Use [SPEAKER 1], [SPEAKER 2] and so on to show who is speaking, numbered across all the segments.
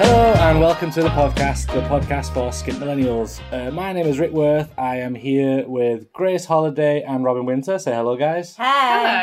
[SPEAKER 1] Hello and welcome to the podcast, the podcast for skip millennials. Uh, my name is Rick Worth. I am here with Grace Holiday and Robin Winter. Say hello, guys.
[SPEAKER 2] Hey.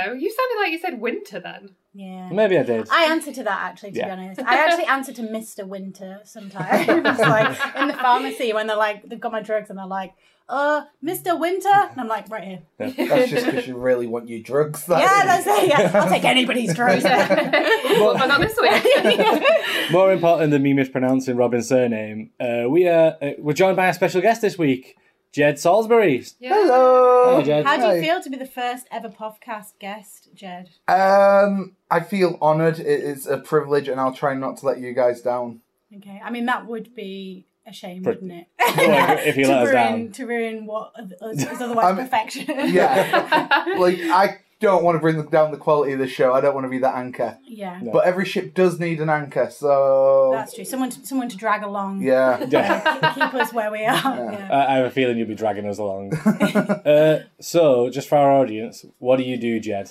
[SPEAKER 3] Hello. You sounded like you said winter then.
[SPEAKER 2] Um, Yeah.
[SPEAKER 1] Maybe I did.
[SPEAKER 2] I answer to that actually, to
[SPEAKER 1] Yeah.
[SPEAKER 2] be honest. I actually answer to Mr. Winter sometimes. like in the pharmacy when they're like, they've got my drugs and they're like, uh, Mr. Winter? And I'm like, right here.
[SPEAKER 4] That's just because you really want your drugs. That
[SPEAKER 2] Yeah,
[SPEAKER 4] is.
[SPEAKER 2] that's it. Yeah. I'll take anybody's drugs.
[SPEAKER 3] well, but not this week.
[SPEAKER 1] More important than me mispronouncing Robin's surname, uh, we are uh, we're joined by a special guest this week, Jed Salisbury.
[SPEAKER 4] Hello.
[SPEAKER 1] Hi, Jed.
[SPEAKER 2] How do you feel to be the first ever podcast guest, Jed?
[SPEAKER 4] Um, I feel honoured. It is a privilege, and I'll try not to let you guys down.
[SPEAKER 2] Okay. I mean, that would be a shame,
[SPEAKER 1] For-
[SPEAKER 2] wouldn't it?
[SPEAKER 1] if you
[SPEAKER 2] to
[SPEAKER 1] let us
[SPEAKER 2] ruin,
[SPEAKER 1] down.
[SPEAKER 2] To ruin what is is otherwise
[SPEAKER 4] I'm-
[SPEAKER 2] perfection.
[SPEAKER 4] Yeah. like I don't want to bring down the quality of the show. I don't want to be that anchor.
[SPEAKER 2] Yeah.
[SPEAKER 4] But every ship does need an anchor, so
[SPEAKER 2] That's true. Someone to, someone to drag along.
[SPEAKER 4] yeah.
[SPEAKER 2] Keep keep us where we are. Yeah.
[SPEAKER 4] Uh,
[SPEAKER 1] I I have a feeling you'll be dragging us along. uh, so, just for our audience, what do you do, Jed?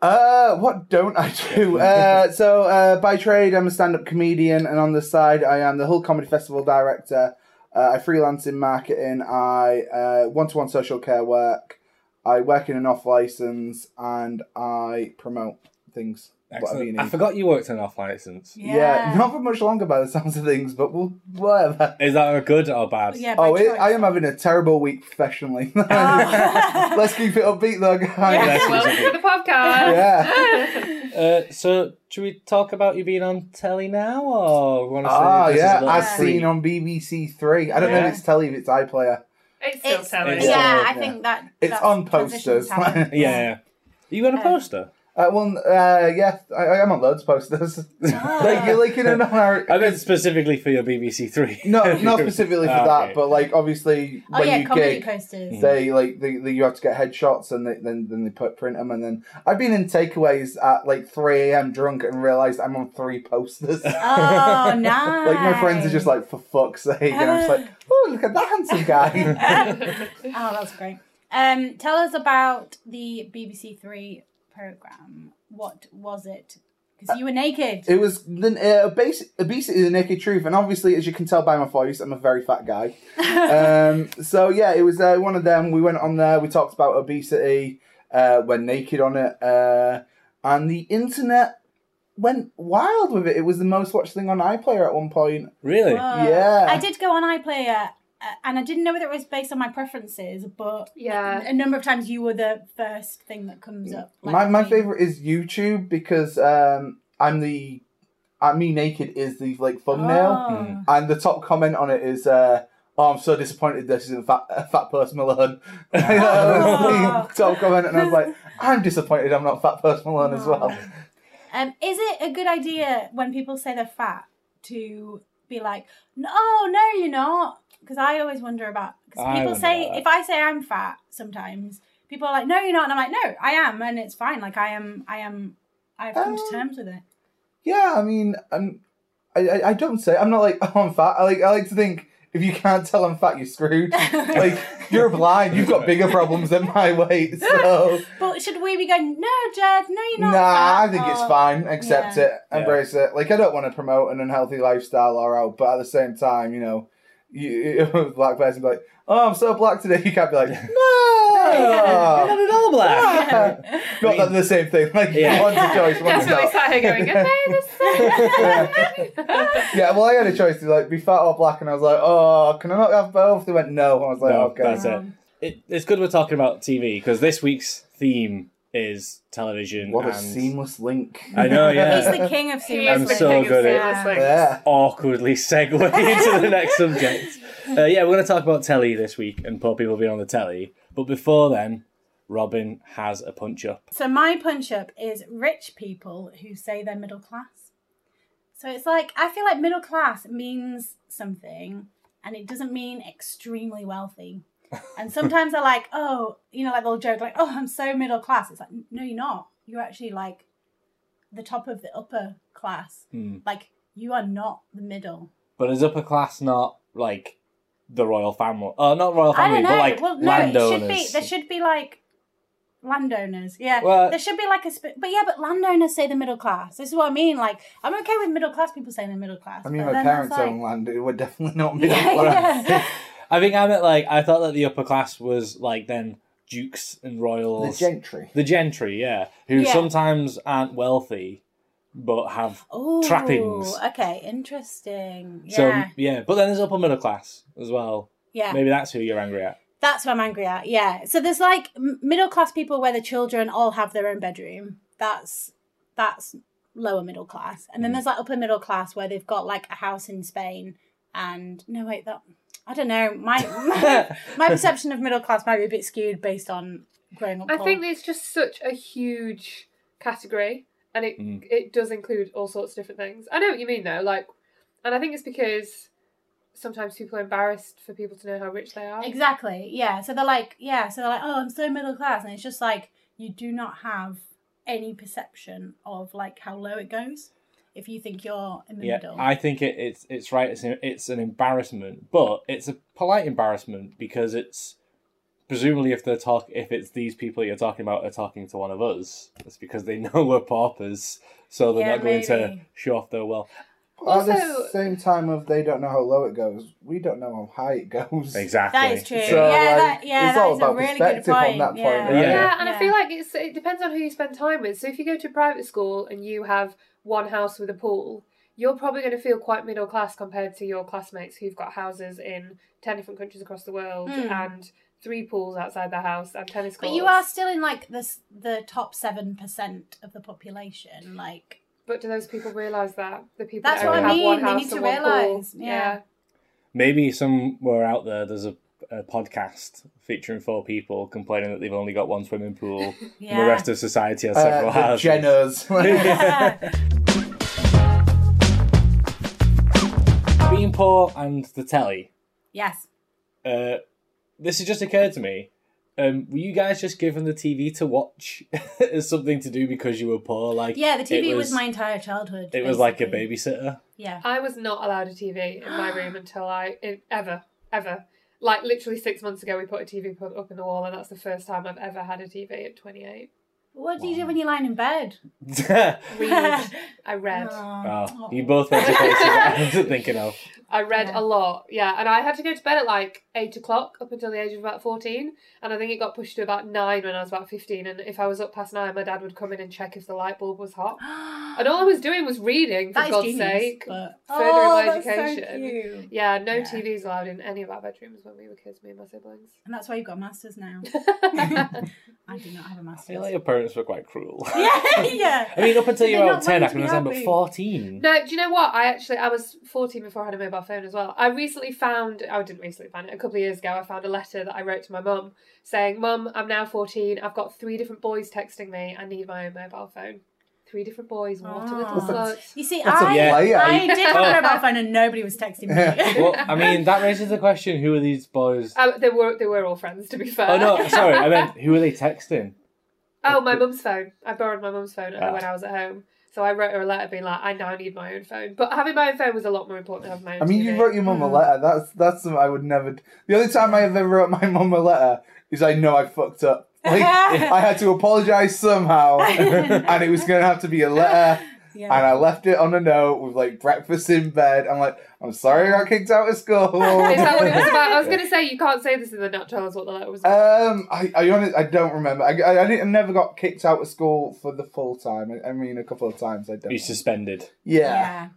[SPEAKER 4] Uh, what don't I do? Uh, so uh, by trade, I'm a stand-up comedian, and on the side, I am the Hull Comedy Festival director. Uh, I freelance in marketing. I uh, one-to-one social care work. I work in an off license, and I promote things. Whatever you
[SPEAKER 1] Excellent.
[SPEAKER 4] need.
[SPEAKER 1] I forgot you worked on off license.
[SPEAKER 4] Yeah. not for much longer by the sounds of things, but we'll, whatever.
[SPEAKER 1] Is that a good or bad?
[SPEAKER 2] Yeah, by
[SPEAKER 4] Oh, it,
[SPEAKER 2] choice.
[SPEAKER 4] I am having a terrible week professionally. Let's keep it upbeat, though, guys.
[SPEAKER 1] Bless you,
[SPEAKER 3] Welcome
[SPEAKER 1] Jed.
[SPEAKER 3] to the podcast.
[SPEAKER 4] yeah.
[SPEAKER 1] Uh, so, should we talk about you being on telly now, or want to say
[SPEAKER 4] Ah,
[SPEAKER 1] this is
[SPEAKER 4] yeah,
[SPEAKER 1] a little
[SPEAKER 4] as
[SPEAKER 1] free?
[SPEAKER 4] seen on BBC Three. I don't know if it's telly, if it's iPlayer.
[SPEAKER 3] It's still
[SPEAKER 2] It's,
[SPEAKER 3] telling.
[SPEAKER 1] It's
[SPEAKER 2] yeah,
[SPEAKER 1] still-
[SPEAKER 2] I think that
[SPEAKER 4] It's
[SPEAKER 2] that's
[SPEAKER 4] on
[SPEAKER 2] transitions
[SPEAKER 4] posters.
[SPEAKER 2] happen.
[SPEAKER 1] Yeah, yeah. Are you on
[SPEAKER 2] Um,
[SPEAKER 1] a poster?
[SPEAKER 4] Uh, well, uh, yeah, I, I am on loads of posters. like, you're like, you know, not our-
[SPEAKER 1] I meant specifically for your BBC Three.
[SPEAKER 4] no, not specifically for
[SPEAKER 1] Ah,
[SPEAKER 4] that,
[SPEAKER 1] okay. Mm.
[SPEAKER 4] but like, obviously,
[SPEAKER 2] Oh
[SPEAKER 4] when
[SPEAKER 2] yeah,
[SPEAKER 4] you
[SPEAKER 2] comedy
[SPEAKER 4] gig,
[SPEAKER 2] posters.
[SPEAKER 4] they like they, they, you have to get headshots, and they, then then they put print them, and then I've been in takeaways at like 3 a.m. drunk and realized I'm on three posters.
[SPEAKER 2] Oh, nice.
[SPEAKER 4] Like my friends are just like, for fuck's sake, and I'm just like, oh, look at that handsome guy.
[SPEAKER 2] Oh, that's great. Um, tell us about the BBC Three program. What was it? Because you were naked.
[SPEAKER 4] it was the uh, basic obesity, is the naked truth, and obviously, as you can tell by my voice, I'm a very fat guy. um, so yeah, it was uh, one of them. We went on there. We talked about obesity. Uh, we're naked on it, uh, and the internet went wild with it. It was the most watched thing on iPlayer at one point.
[SPEAKER 1] Really?
[SPEAKER 2] Oh.
[SPEAKER 4] yeah.
[SPEAKER 2] I did go on iPlayer, uh, and I didn't know whether it was based on my preferences, but
[SPEAKER 3] Yeah.
[SPEAKER 2] a number of times you were the first thing that comes up. like,
[SPEAKER 4] my my
[SPEAKER 2] we-
[SPEAKER 4] favorite is YouTube because um, I'm the, i me naked is the like thumbnail.
[SPEAKER 2] Oh.
[SPEAKER 4] And the top comment on it is, uh, "Oh, I'm so disappointed this isn't fat, uh, fat person Malone."
[SPEAKER 2] Oh.
[SPEAKER 4] top comment, and I was like, "I'm disappointed I'm not fat person Malone as well."
[SPEAKER 2] Um, is it a good idea when people say they're fat to be like, "No, no, you're not"? Because I always wonder about.
[SPEAKER 1] I
[SPEAKER 2] Because people
[SPEAKER 1] wonder
[SPEAKER 2] say
[SPEAKER 1] about that.
[SPEAKER 2] if I say I'm fat, sometimes people are like, "No, you're not," and I'm like, "No, I am," and it's fine. Like I am, I am, I've come to
[SPEAKER 4] Um,
[SPEAKER 2] terms with it.
[SPEAKER 4] Yeah, I mean, I'm, I, I I don't say I'm not like oh, I'm fat. I like I like to think if you can't tell I'm fat, you're screwed. like you're blind. You've got bigger problems than my weight. So
[SPEAKER 2] But should we be going? No, Jed, no, you're not.
[SPEAKER 4] nah,
[SPEAKER 2] fat,"
[SPEAKER 4] I think it's
[SPEAKER 2] or-
[SPEAKER 4] fine. Accept
[SPEAKER 2] Yeah.
[SPEAKER 4] it, embrace it. Like I don't want to promote an unhealthy lifestyle or out, but at the same time, you know, you a black person be like, oh, I'm so black today. You can't be like, no.
[SPEAKER 1] Not at all black.
[SPEAKER 4] Not that they're the same thing. Like
[SPEAKER 1] Yeah.
[SPEAKER 4] one's a choice, one's
[SPEAKER 3] Definitely
[SPEAKER 4] not.
[SPEAKER 3] sat here going, okay, this is
[SPEAKER 4] Yeah, well, I had a choice to like be fat or black, and I was like, oh, can I not have both? They went no. I was like,
[SPEAKER 1] No,
[SPEAKER 4] okay.
[SPEAKER 1] that's it. it. It's good we're talking about TV because this week's theme is television.
[SPEAKER 4] What a
[SPEAKER 1] and
[SPEAKER 4] seamless link.
[SPEAKER 1] I know,
[SPEAKER 2] He's
[SPEAKER 1] yeah.
[SPEAKER 2] the king of
[SPEAKER 3] He
[SPEAKER 2] seamless.
[SPEAKER 3] is
[SPEAKER 1] I'm
[SPEAKER 3] the
[SPEAKER 1] so
[SPEAKER 3] king of
[SPEAKER 1] good at-
[SPEAKER 3] seamless links.
[SPEAKER 4] Yeah.
[SPEAKER 1] awkwardly segue into the next subject. Uh, yeah, we're going to talk about telly this week and poor people being on the telly. But before then, Robin has a punch up.
[SPEAKER 2] So my punch up is rich people who say they're middle class. So it's like I feel like middle class means something and it doesn't mean extremely wealthy. And sometimes they're like, oh, you know, like they'll joke like, oh, I'm so middle class. It's like, no, you're not. You're actually like the top of the upper class. Like you are not the middle.
[SPEAKER 1] But is upper class not like the royal family? Oh, not royal
[SPEAKER 2] I
[SPEAKER 1] family,
[SPEAKER 2] don't know.
[SPEAKER 1] but like
[SPEAKER 2] well, no,
[SPEAKER 1] landowners.
[SPEAKER 2] it should be. There should be like landowners. Yeah,
[SPEAKER 1] Well-
[SPEAKER 2] there should be like a. Sp- but yeah, but landowners say the middle class. This is what I mean. Like, I'm okay with middle class people saying the middle class.
[SPEAKER 4] I mean,
[SPEAKER 2] but
[SPEAKER 4] my
[SPEAKER 2] then that's
[SPEAKER 4] parents
[SPEAKER 2] like-
[SPEAKER 4] own land. We're definitely not middle
[SPEAKER 2] Yeah,
[SPEAKER 4] class.
[SPEAKER 2] yeah.
[SPEAKER 1] I think I meant like I thought that the upper class was like then dukes and
[SPEAKER 4] The
[SPEAKER 1] royals,
[SPEAKER 4] gentry.
[SPEAKER 1] The gentry, yeah, who
[SPEAKER 2] Yeah.
[SPEAKER 1] sometimes aren't wealthy but have
[SPEAKER 2] Ooh,
[SPEAKER 1] trappings.
[SPEAKER 2] Okay, interesting. Yeah,
[SPEAKER 1] So yeah, but then there's upper middle class as well.
[SPEAKER 2] yeah.
[SPEAKER 1] Maybe that's who you're angry at.
[SPEAKER 2] That's what I'm angry at. Yeah. So there's like m- middle class people where the children all have their own bedroom. That's that's lower middle class. And
[SPEAKER 1] Mm.
[SPEAKER 2] then there's like upper middle class where they've got like a house in Spain and no wait that I don't know. My my, perception of middle class might be a bit skewed based on growing up.
[SPEAKER 3] I
[SPEAKER 2] poor.
[SPEAKER 3] think it's just such a huge category, and it
[SPEAKER 1] Mm.
[SPEAKER 3] it does include all sorts of different things. I know what you mean though, like, and I think it's because sometimes people are embarrassed for people to know how rich they are.
[SPEAKER 2] Exactly. Yeah. So they're like, yeah. So they're like, oh, I'm so middle class, and it's just like you do not have any perception of like how low it goes if you think you're in the
[SPEAKER 1] Yeah,
[SPEAKER 2] middle.
[SPEAKER 1] I think it, it's it's right. It's an, it's an embarrassment, but it's a polite embarrassment because it's presumably if they're talk if it's these people you're talking about are talking to one of us, it's because they know we're paupers, so they're
[SPEAKER 2] Yeah,
[SPEAKER 1] not going to
[SPEAKER 2] maybe.
[SPEAKER 1] show off their wealth.
[SPEAKER 4] At the
[SPEAKER 3] Also-
[SPEAKER 4] same time of they don't know how low it goes, we don't know how high it goes.
[SPEAKER 1] Exactly.
[SPEAKER 2] That is true.
[SPEAKER 4] So,
[SPEAKER 2] yeah,
[SPEAKER 4] like,
[SPEAKER 2] that, yeah,
[SPEAKER 4] it's
[SPEAKER 2] that
[SPEAKER 4] all
[SPEAKER 2] is
[SPEAKER 4] about
[SPEAKER 2] a really good
[SPEAKER 4] perspective on
[SPEAKER 2] point.
[SPEAKER 4] that point,
[SPEAKER 2] yeah.
[SPEAKER 1] really.
[SPEAKER 3] Yeah,
[SPEAKER 1] Yeah.
[SPEAKER 3] and I feel like it's it depends on who you spend time with. So if you go to private school and you have one house with a pool, you're probably going to feel quite middle class compared to your classmates who've got houses in ten different countries across the world and three pools outside their house and tennis
[SPEAKER 2] Hmm. But
[SPEAKER 3] courts.
[SPEAKER 2] you are still in like the s- the top seven percent of the population. Like,
[SPEAKER 3] But do those people realise that the people
[SPEAKER 2] That's
[SPEAKER 3] that
[SPEAKER 1] what I
[SPEAKER 3] only have one
[SPEAKER 2] mean, they
[SPEAKER 3] house
[SPEAKER 2] need to
[SPEAKER 3] and one pool?
[SPEAKER 2] realise, yeah.
[SPEAKER 1] Maybe somewhere out there, there's a, a podcast featuring four people complaining that they've only got one swimming pool, and
[SPEAKER 2] Yeah.
[SPEAKER 1] the rest of society has
[SPEAKER 4] Uh,
[SPEAKER 1] several
[SPEAKER 4] the
[SPEAKER 1] houses.
[SPEAKER 4] Jenners.
[SPEAKER 1] Being poor and the telly.
[SPEAKER 2] yes,
[SPEAKER 1] uh, this has just occurred to me. Um, were you guys just given the TV to watch as something to do because you were poor? Like,
[SPEAKER 2] yeah. The
[SPEAKER 1] it
[SPEAKER 2] TV was, my entire childhood.
[SPEAKER 1] It was like a
[SPEAKER 2] basically.
[SPEAKER 1] babysitter.
[SPEAKER 2] Yeah.
[SPEAKER 3] I was not allowed a TV in my room until I in- ever ever like literally six months ago we put a TV put up in the wall and that's the first time I've ever had a TV at 28.
[SPEAKER 2] What do you do when you're lying in bed?
[SPEAKER 3] Read. I read.
[SPEAKER 1] oh, you both went to places that I wasn't thinking of.
[SPEAKER 3] I read a lot. Yeah, and I had to go to bed at like eight o'clock up until the age of about fourteen, and I think it got pushed to about nine when I was about fifteen. And if I was up past nine, my dad would come in and check if the light bulb was hot. and all I was doing was reading for
[SPEAKER 2] That is
[SPEAKER 3] God's
[SPEAKER 2] genius,
[SPEAKER 3] sake,
[SPEAKER 2] but-
[SPEAKER 3] furthering
[SPEAKER 2] Oh,
[SPEAKER 3] my
[SPEAKER 2] that's so
[SPEAKER 3] education.
[SPEAKER 2] cute.
[SPEAKER 3] Yeah, no TVs allowed in any of our bedrooms when we were kids, me and my siblings.
[SPEAKER 2] And that's why you've got a masters now. I do not have a
[SPEAKER 1] I
[SPEAKER 2] masters.
[SPEAKER 1] feel like your parents were quite cruel.
[SPEAKER 2] yeah.
[SPEAKER 1] I mean, up until you were
[SPEAKER 2] They're
[SPEAKER 1] about
[SPEAKER 2] not
[SPEAKER 1] ten, I can
[SPEAKER 2] meant to be
[SPEAKER 1] understand, but
[SPEAKER 2] happy.
[SPEAKER 1] fourteen.
[SPEAKER 3] No, do you know what? I actually I was fourteen before I had a mobile phone as well. I recently found I didn't recently find it a couple of years ago. I found a letter that I wrote to my mum saying, "Mum, I'm now fourteen. I've got three different boys texting me. I need my own mobile phone. Three different boys. What
[SPEAKER 2] Ah.
[SPEAKER 3] Ah. a little
[SPEAKER 2] Aw.
[SPEAKER 3] slut."
[SPEAKER 2] You see,
[SPEAKER 4] That's a
[SPEAKER 2] I
[SPEAKER 4] layout.
[SPEAKER 2] I did
[SPEAKER 4] Oh.
[SPEAKER 2] have a mobile phone and nobody was texting me.
[SPEAKER 1] Well, I mean, that raises the question: Who are these boys?
[SPEAKER 3] Oh, they were they were all friends to be fair.
[SPEAKER 1] Oh no, sorry, I meant who are they texting?
[SPEAKER 3] Oh, my mum's phone. I borrowed my mum's phone
[SPEAKER 4] Ah.
[SPEAKER 3] when I was at home. So I wrote her a letter being like, I now need my own phone. But having my own phone was a lot more important than having my own
[SPEAKER 4] I mean,
[SPEAKER 3] TV.
[SPEAKER 4] you wrote your mum a
[SPEAKER 3] Hmm.
[SPEAKER 4] letter. That's that's something I would never. d- The only time I ever wrote my mum a letter is I know I fucked up. Like I had to apologize somehow, and it was going to have to be a letter. And I left it on a note with like breakfast in bed. I'm like, I'm sorry I got kicked out of school.
[SPEAKER 3] Is that what it was about? I was going to say, you can't say this and then not tell us what the letter was about.
[SPEAKER 4] Um, I, I honest, I don't remember. I, I, I didn't- I never got kicked out of school for the full time. I, I mean, a couple of times I
[SPEAKER 1] Be
[SPEAKER 4] did.
[SPEAKER 1] suspended.
[SPEAKER 4] Yeah,
[SPEAKER 2] yeah.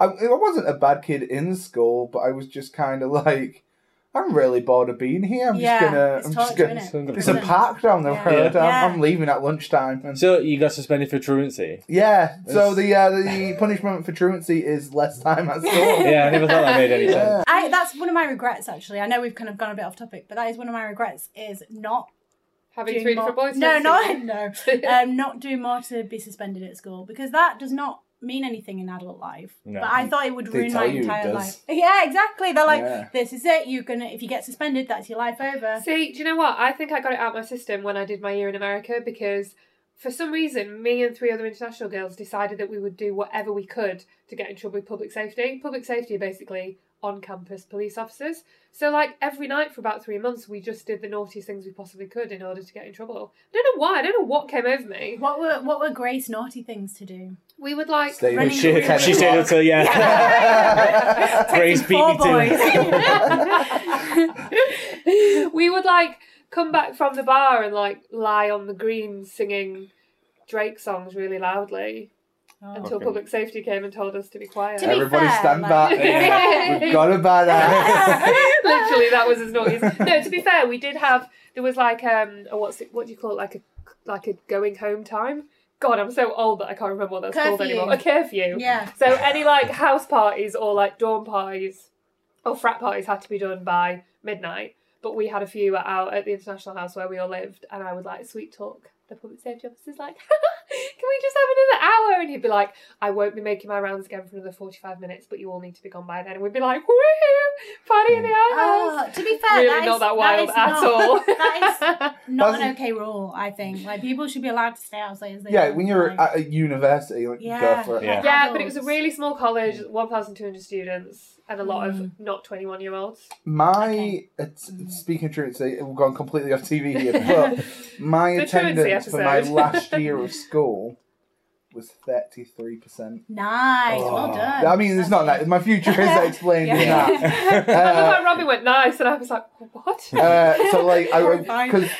[SPEAKER 4] I, I wasn't a bad kid in school, but I was just kind of like, I'm really bored of being here. I'm
[SPEAKER 2] Yeah,
[SPEAKER 4] just gonna.
[SPEAKER 2] it's
[SPEAKER 4] I'm
[SPEAKER 2] totally
[SPEAKER 4] just gonna.
[SPEAKER 2] doing
[SPEAKER 1] it.
[SPEAKER 4] There's a park down the
[SPEAKER 2] Yeah.
[SPEAKER 4] road.
[SPEAKER 2] Yeah.
[SPEAKER 4] I'm, I'm leaving at lunchtime. And
[SPEAKER 1] So you got suspended for truancy.
[SPEAKER 4] yeah, so the uh, the punishment for truancy is less time at school.
[SPEAKER 1] Yeah, I never thought that made any sense.
[SPEAKER 2] I, that's one of my regrets, actually. I know we've kind of gone a bit off topic, but that is one of my regrets is not
[SPEAKER 3] Having
[SPEAKER 2] doing
[SPEAKER 3] three
[SPEAKER 2] more.
[SPEAKER 3] different boys.
[SPEAKER 2] no,
[SPEAKER 3] next to
[SPEAKER 2] no,
[SPEAKER 3] you.
[SPEAKER 2] no. Um, not doing more to be suspended at school because that does not mean anything in adult life.
[SPEAKER 1] No.
[SPEAKER 2] But I thought it would
[SPEAKER 4] They
[SPEAKER 2] ruin
[SPEAKER 4] tell
[SPEAKER 2] my
[SPEAKER 4] you it
[SPEAKER 2] entire
[SPEAKER 4] does.
[SPEAKER 2] life. Yeah, exactly. They're like,
[SPEAKER 4] Yeah.
[SPEAKER 2] this is it. You're gonna if you get suspended, that's your life over.
[SPEAKER 3] See, do you know what? I think I got it out of my system when I did my year in America because for some reason, me and three other international girls decided that we would do whatever we could to get in trouble with public safety. Public safety are basically on campus police officers. So, like, every night for about three months, we just did the naughtiest things we possibly could in order to get in trouble. I don't know why, I don't know what came over me.
[SPEAKER 2] What were what were Grace naughty things to do?
[SPEAKER 3] We would, like,
[SPEAKER 4] Stay
[SPEAKER 2] Running
[SPEAKER 4] with
[SPEAKER 2] She-
[SPEAKER 4] you till
[SPEAKER 2] she
[SPEAKER 1] She
[SPEAKER 4] 10
[SPEAKER 1] stayed
[SPEAKER 4] o'clock.
[SPEAKER 1] until yeah. Grace beat
[SPEAKER 2] Four
[SPEAKER 1] me to
[SPEAKER 2] boys.
[SPEAKER 3] we would like come back from the bar and like lie on the green singing Drake songs really loudly until
[SPEAKER 1] Okay.
[SPEAKER 3] public safety came and told us to be quiet.
[SPEAKER 2] To be-
[SPEAKER 4] Everybody
[SPEAKER 2] fair,
[SPEAKER 4] stand
[SPEAKER 2] like-
[SPEAKER 4] back. We've got about that.
[SPEAKER 3] Literally, that was as naughty. as- No, to be fair, we did have there was like um a what's it, what do you call it like a like a going home time. God, I'm so old that I can't remember what that's called
[SPEAKER 2] Curfew.
[SPEAKER 3] anymore. A curfew.
[SPEAKER 2] Yeah.
[SPEAKER 3] So any like house parties or like dorm parties or frat parties had to be done by midnight. But we had a few at our at the international house where we all lived, and I would like sweet talk the public safety officers like, "Can we just have another hour?" And he'd be like, "I won't be making my rounds again for another forty-five minutes, but you all need to be gone by then." And we'd be like, "Woohoo! Party in the outhouse!"
[SPEAKER 2] Oh, to be fair,
[SPEAKER 3] really
[SPEAKER 2] that is-
[SPEAKER 3] not that wild
[SPEAKER 2] is
[SPEAKER 3] at
[SPEAKER 2] not-
[SPEAKER 3] all.
[SPEAKER 2] That is not an
[SPEAKER 4] Doesn't-
[SPEAKER 2] okay rule. I think like people should be allowed to stay out as late as they
[SPEAKER 4] Yeah,
[SPEAKER 2] want,
[SPEAKER 4] when you're
[SPEAKER 2] like- oh
[SPEAKER 4] at a university, like, go
[SPEAKER 2] yeah,
[SPEAKER 4] for it.
[SPEAKER 1] Yeah.
[SPEAKER 3] yeah, but it was a really small college, one thousand two hundred students, and a lot of not twenty-one-year-olds.
[SPEAKER 4] My
[SPEAKER 2] Okay.
[SPEAKER 4] it's, speaking of truancy, we've gone completely off TV here, but my
[SPEAKER 3] The truancy
[SPEAKER 4] attendance for my
[SPEAKER 3] episode.
[SPEAKER 4] last year of school was thirty three percent.
[SPEAKER 2] nice. well done.
[SPEAKER 4] Oh. I mean, it's not that my future is explained in that. Ah.
[SPEAKER 3] I remember when Robbie went nice, and I was like, "What?"
[SPEAKER 4] Uh, so like, I
[SPEAKER 2] Horrifying.
[SPEAKER 4] because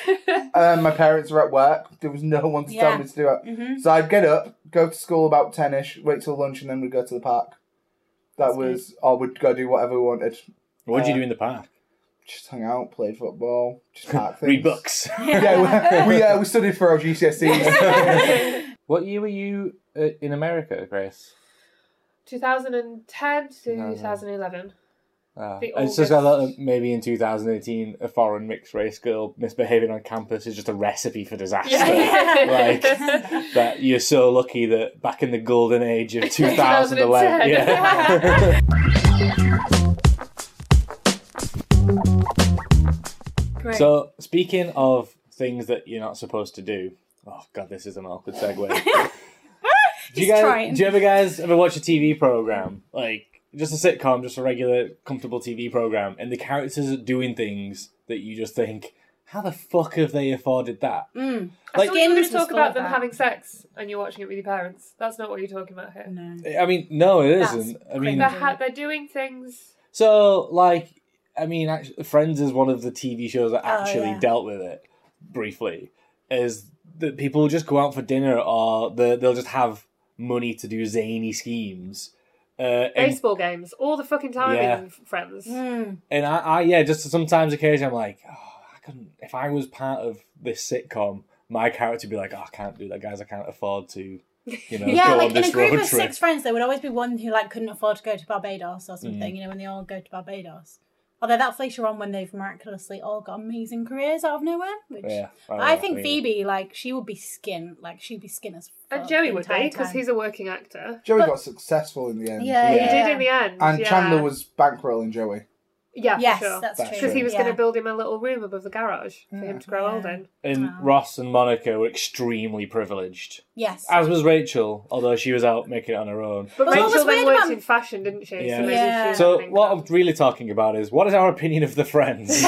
[SPEAKER 4] um, my parents were at work, there was no one to tell
[SPEAKER 2] Yeah.
[SPEAKER 4] me to do it. So I'd get up, go to school about ten ish, wait till lunch, and then we'd go to the park. That was, or we'd go do whatever we wanted.
[SPEAKER 1] What did you do in the park?
[SPEAKER 4] Just hung out, played football, just park things.
[SPEAKER 1] Read books.
[SPEAKER 4] yeah, we we, uh, we studied for our GCSEs.
[SPEAKER 1] What year were you uh, in America, Grace?
[SPEAKER 3] 2010 to 2011.
[SPEAKER 1] Uh,
[SPEAKER 3] The
[SPEAKER 1] it's just I thought
[SPEAKER 3] August.
[SPEAKER 1] that maybe in 2018, a foreign mixed race girl misbehaving on campus is just a recipe for disaster. like that, you're so lucky that back in the golden age of 2011,
[SPEAKER 3] 2010.
[SPEAKER 1] yeah.
[SPEAKER 2] Great.
[SPEAKER 1] So speaking of things that you're not supposed to do, oh god, this is an awkward segue. do you
[SPEAKER 2] He's
[SPEAKER 1] guys?
[SPEAKER 2] trying.
[SPEAKER 1] Do you ever guys ever watch a TV program like just a sitcom, just a regular comfortable TV program, and the characters are doing things that you just think, how the fuck have they afforded that?
[SPEAKER 2] Mm.
[SPEAKER 3] I thought you were
[SPEAKER 2] Games
[SPEAKER 3] going to
[SPEAKER 2] was
[SPEAKER 3] talk
[SPEAKER 2] full
[SPEAKER 3] about
[SPEAKER 2] of
[SPEAKER 3] them
[SPEAKER 2] that.
[SPEAKER 3] having sex and you're watching it with your parents. That's not what you're talking about here.
[SPEAKER 1] I mean, no, it
[SPEAKER 2] That's
[SPEAKER 1] isn't. I mean,
[SPEAKER 3] They're, ha- they're doing things.
[SPEAKER 1] So, like, I mean, actually, Friends is one of the TV shows that
[SPEAKER 2] Oh,
[SPEAKER 1] actually
[SPEAKER 2] yeah.
[SPEAKER 1] dealt with it briefly. Is that people just go out for dinner or the, they'll just have money to do zany schemes. Uh, and
[SPEAKER 3] Baseball games all the fucking time
[SPEAKER 1] Yeah.
[SPEAKER 3] in F- Friends.
[SPEAKER 2] Mm.
[SPEAKER 1] and I, I, yeah, just sometimes occasionally I'm like, oh, I couldn't, if I was part of this sitcom, my character would be like, oh, I can't do that, guys, I can't afford to, you know,
[SPEAKER 2] Yeah,
[SPEAKER 1] go
[SPEAKER 2] like
[SPEAKER 1] on
[SPEAKER 2] in
[SPEAKER 1] this
[SPEAKER 2] a group
[SPEAKER 1] road
[SPEAKER 2] of
[SPEAKER 1] trip.
[SPEAKER 2] six friends, there would always be one who like couldn't afford to go to Barbados or something. You know, when they all go to Barbados. Although that's later on when they've miraculously all got amazing careers out of nowhere. Which
[SPEAKER 1] Yeah, I
[SPEAKER 2] but
[SPEAKER 1] know
[SPEAKER 2] I,
[SPEAKER 1] that
[SPEAKER 2] think
[SPEAKER 1] feeling.
[SPEAKER 2] Phoebe, like, she would be skin, like she'd be skin as. Fuck
[SPEAKER 3] And Joey
[SPEAKER 2] the
[SPEAKER 3] would
[SPEAKER 2] entire
[SPEAKER 3] be because
[SPEAKER 2] time.
[SPEAKER 3] he's a working actor.
[SPEAKER 4] Joey got successful in the end.
[SPEAKER 2] yeah,
[SPEAKER 1] Yeah.
[SPEAKER 3] He
[SPEAKER 2] yeah.
[SPEAKER 3] did in the end.
[SPEAKER 4] And
[SPEAKER 3] yeah.
[SPEAKER 4] Chandler was bankrolling Joey.
[SPEAKER 3] Yeah, for
[SPEAKER 2] Yes,
[SPEAKER 3] sure.
[SPEAKER 2] that's
[SPEAKER 4] That's
[SPEAKER 2] true.
[SPEAKER 3] Because he was
[SPEAKER 2] yeah. Mm.
[SPEAKER 3] going to build him a little room above the garage for him to grow old in.
[SPEAKER 1] And Ross and Monica were extremely privileged.
[SPEAKER 2] Yes.
[SPEAKER 1] As was Rachel, although she was out making it on her own.
[SPEAKER 3] But
[SPEAKER 2] what
[SPEAKER 3] Rachel
[SPEAKER 2] was
[SPEAKER 3] then
[SPEAKER 2] weird
[SPEAKER 3] worked
[SPEAKER 2] about-
[SPEAKER 3] in fashion, didn't she?
[SPEAKER 1] Yeah.
[SPEAKER 3] So, maybe
[SPEAKER 2] Yeah.
[SPEAKER 3] she
[SPEAKER 1] So
[SPEAKER 3] didn't
[SPEAKER 1] what
[SPEAKER 3] think
[SPEAKER 1] I'm really talking about is what is our opinion of the friends?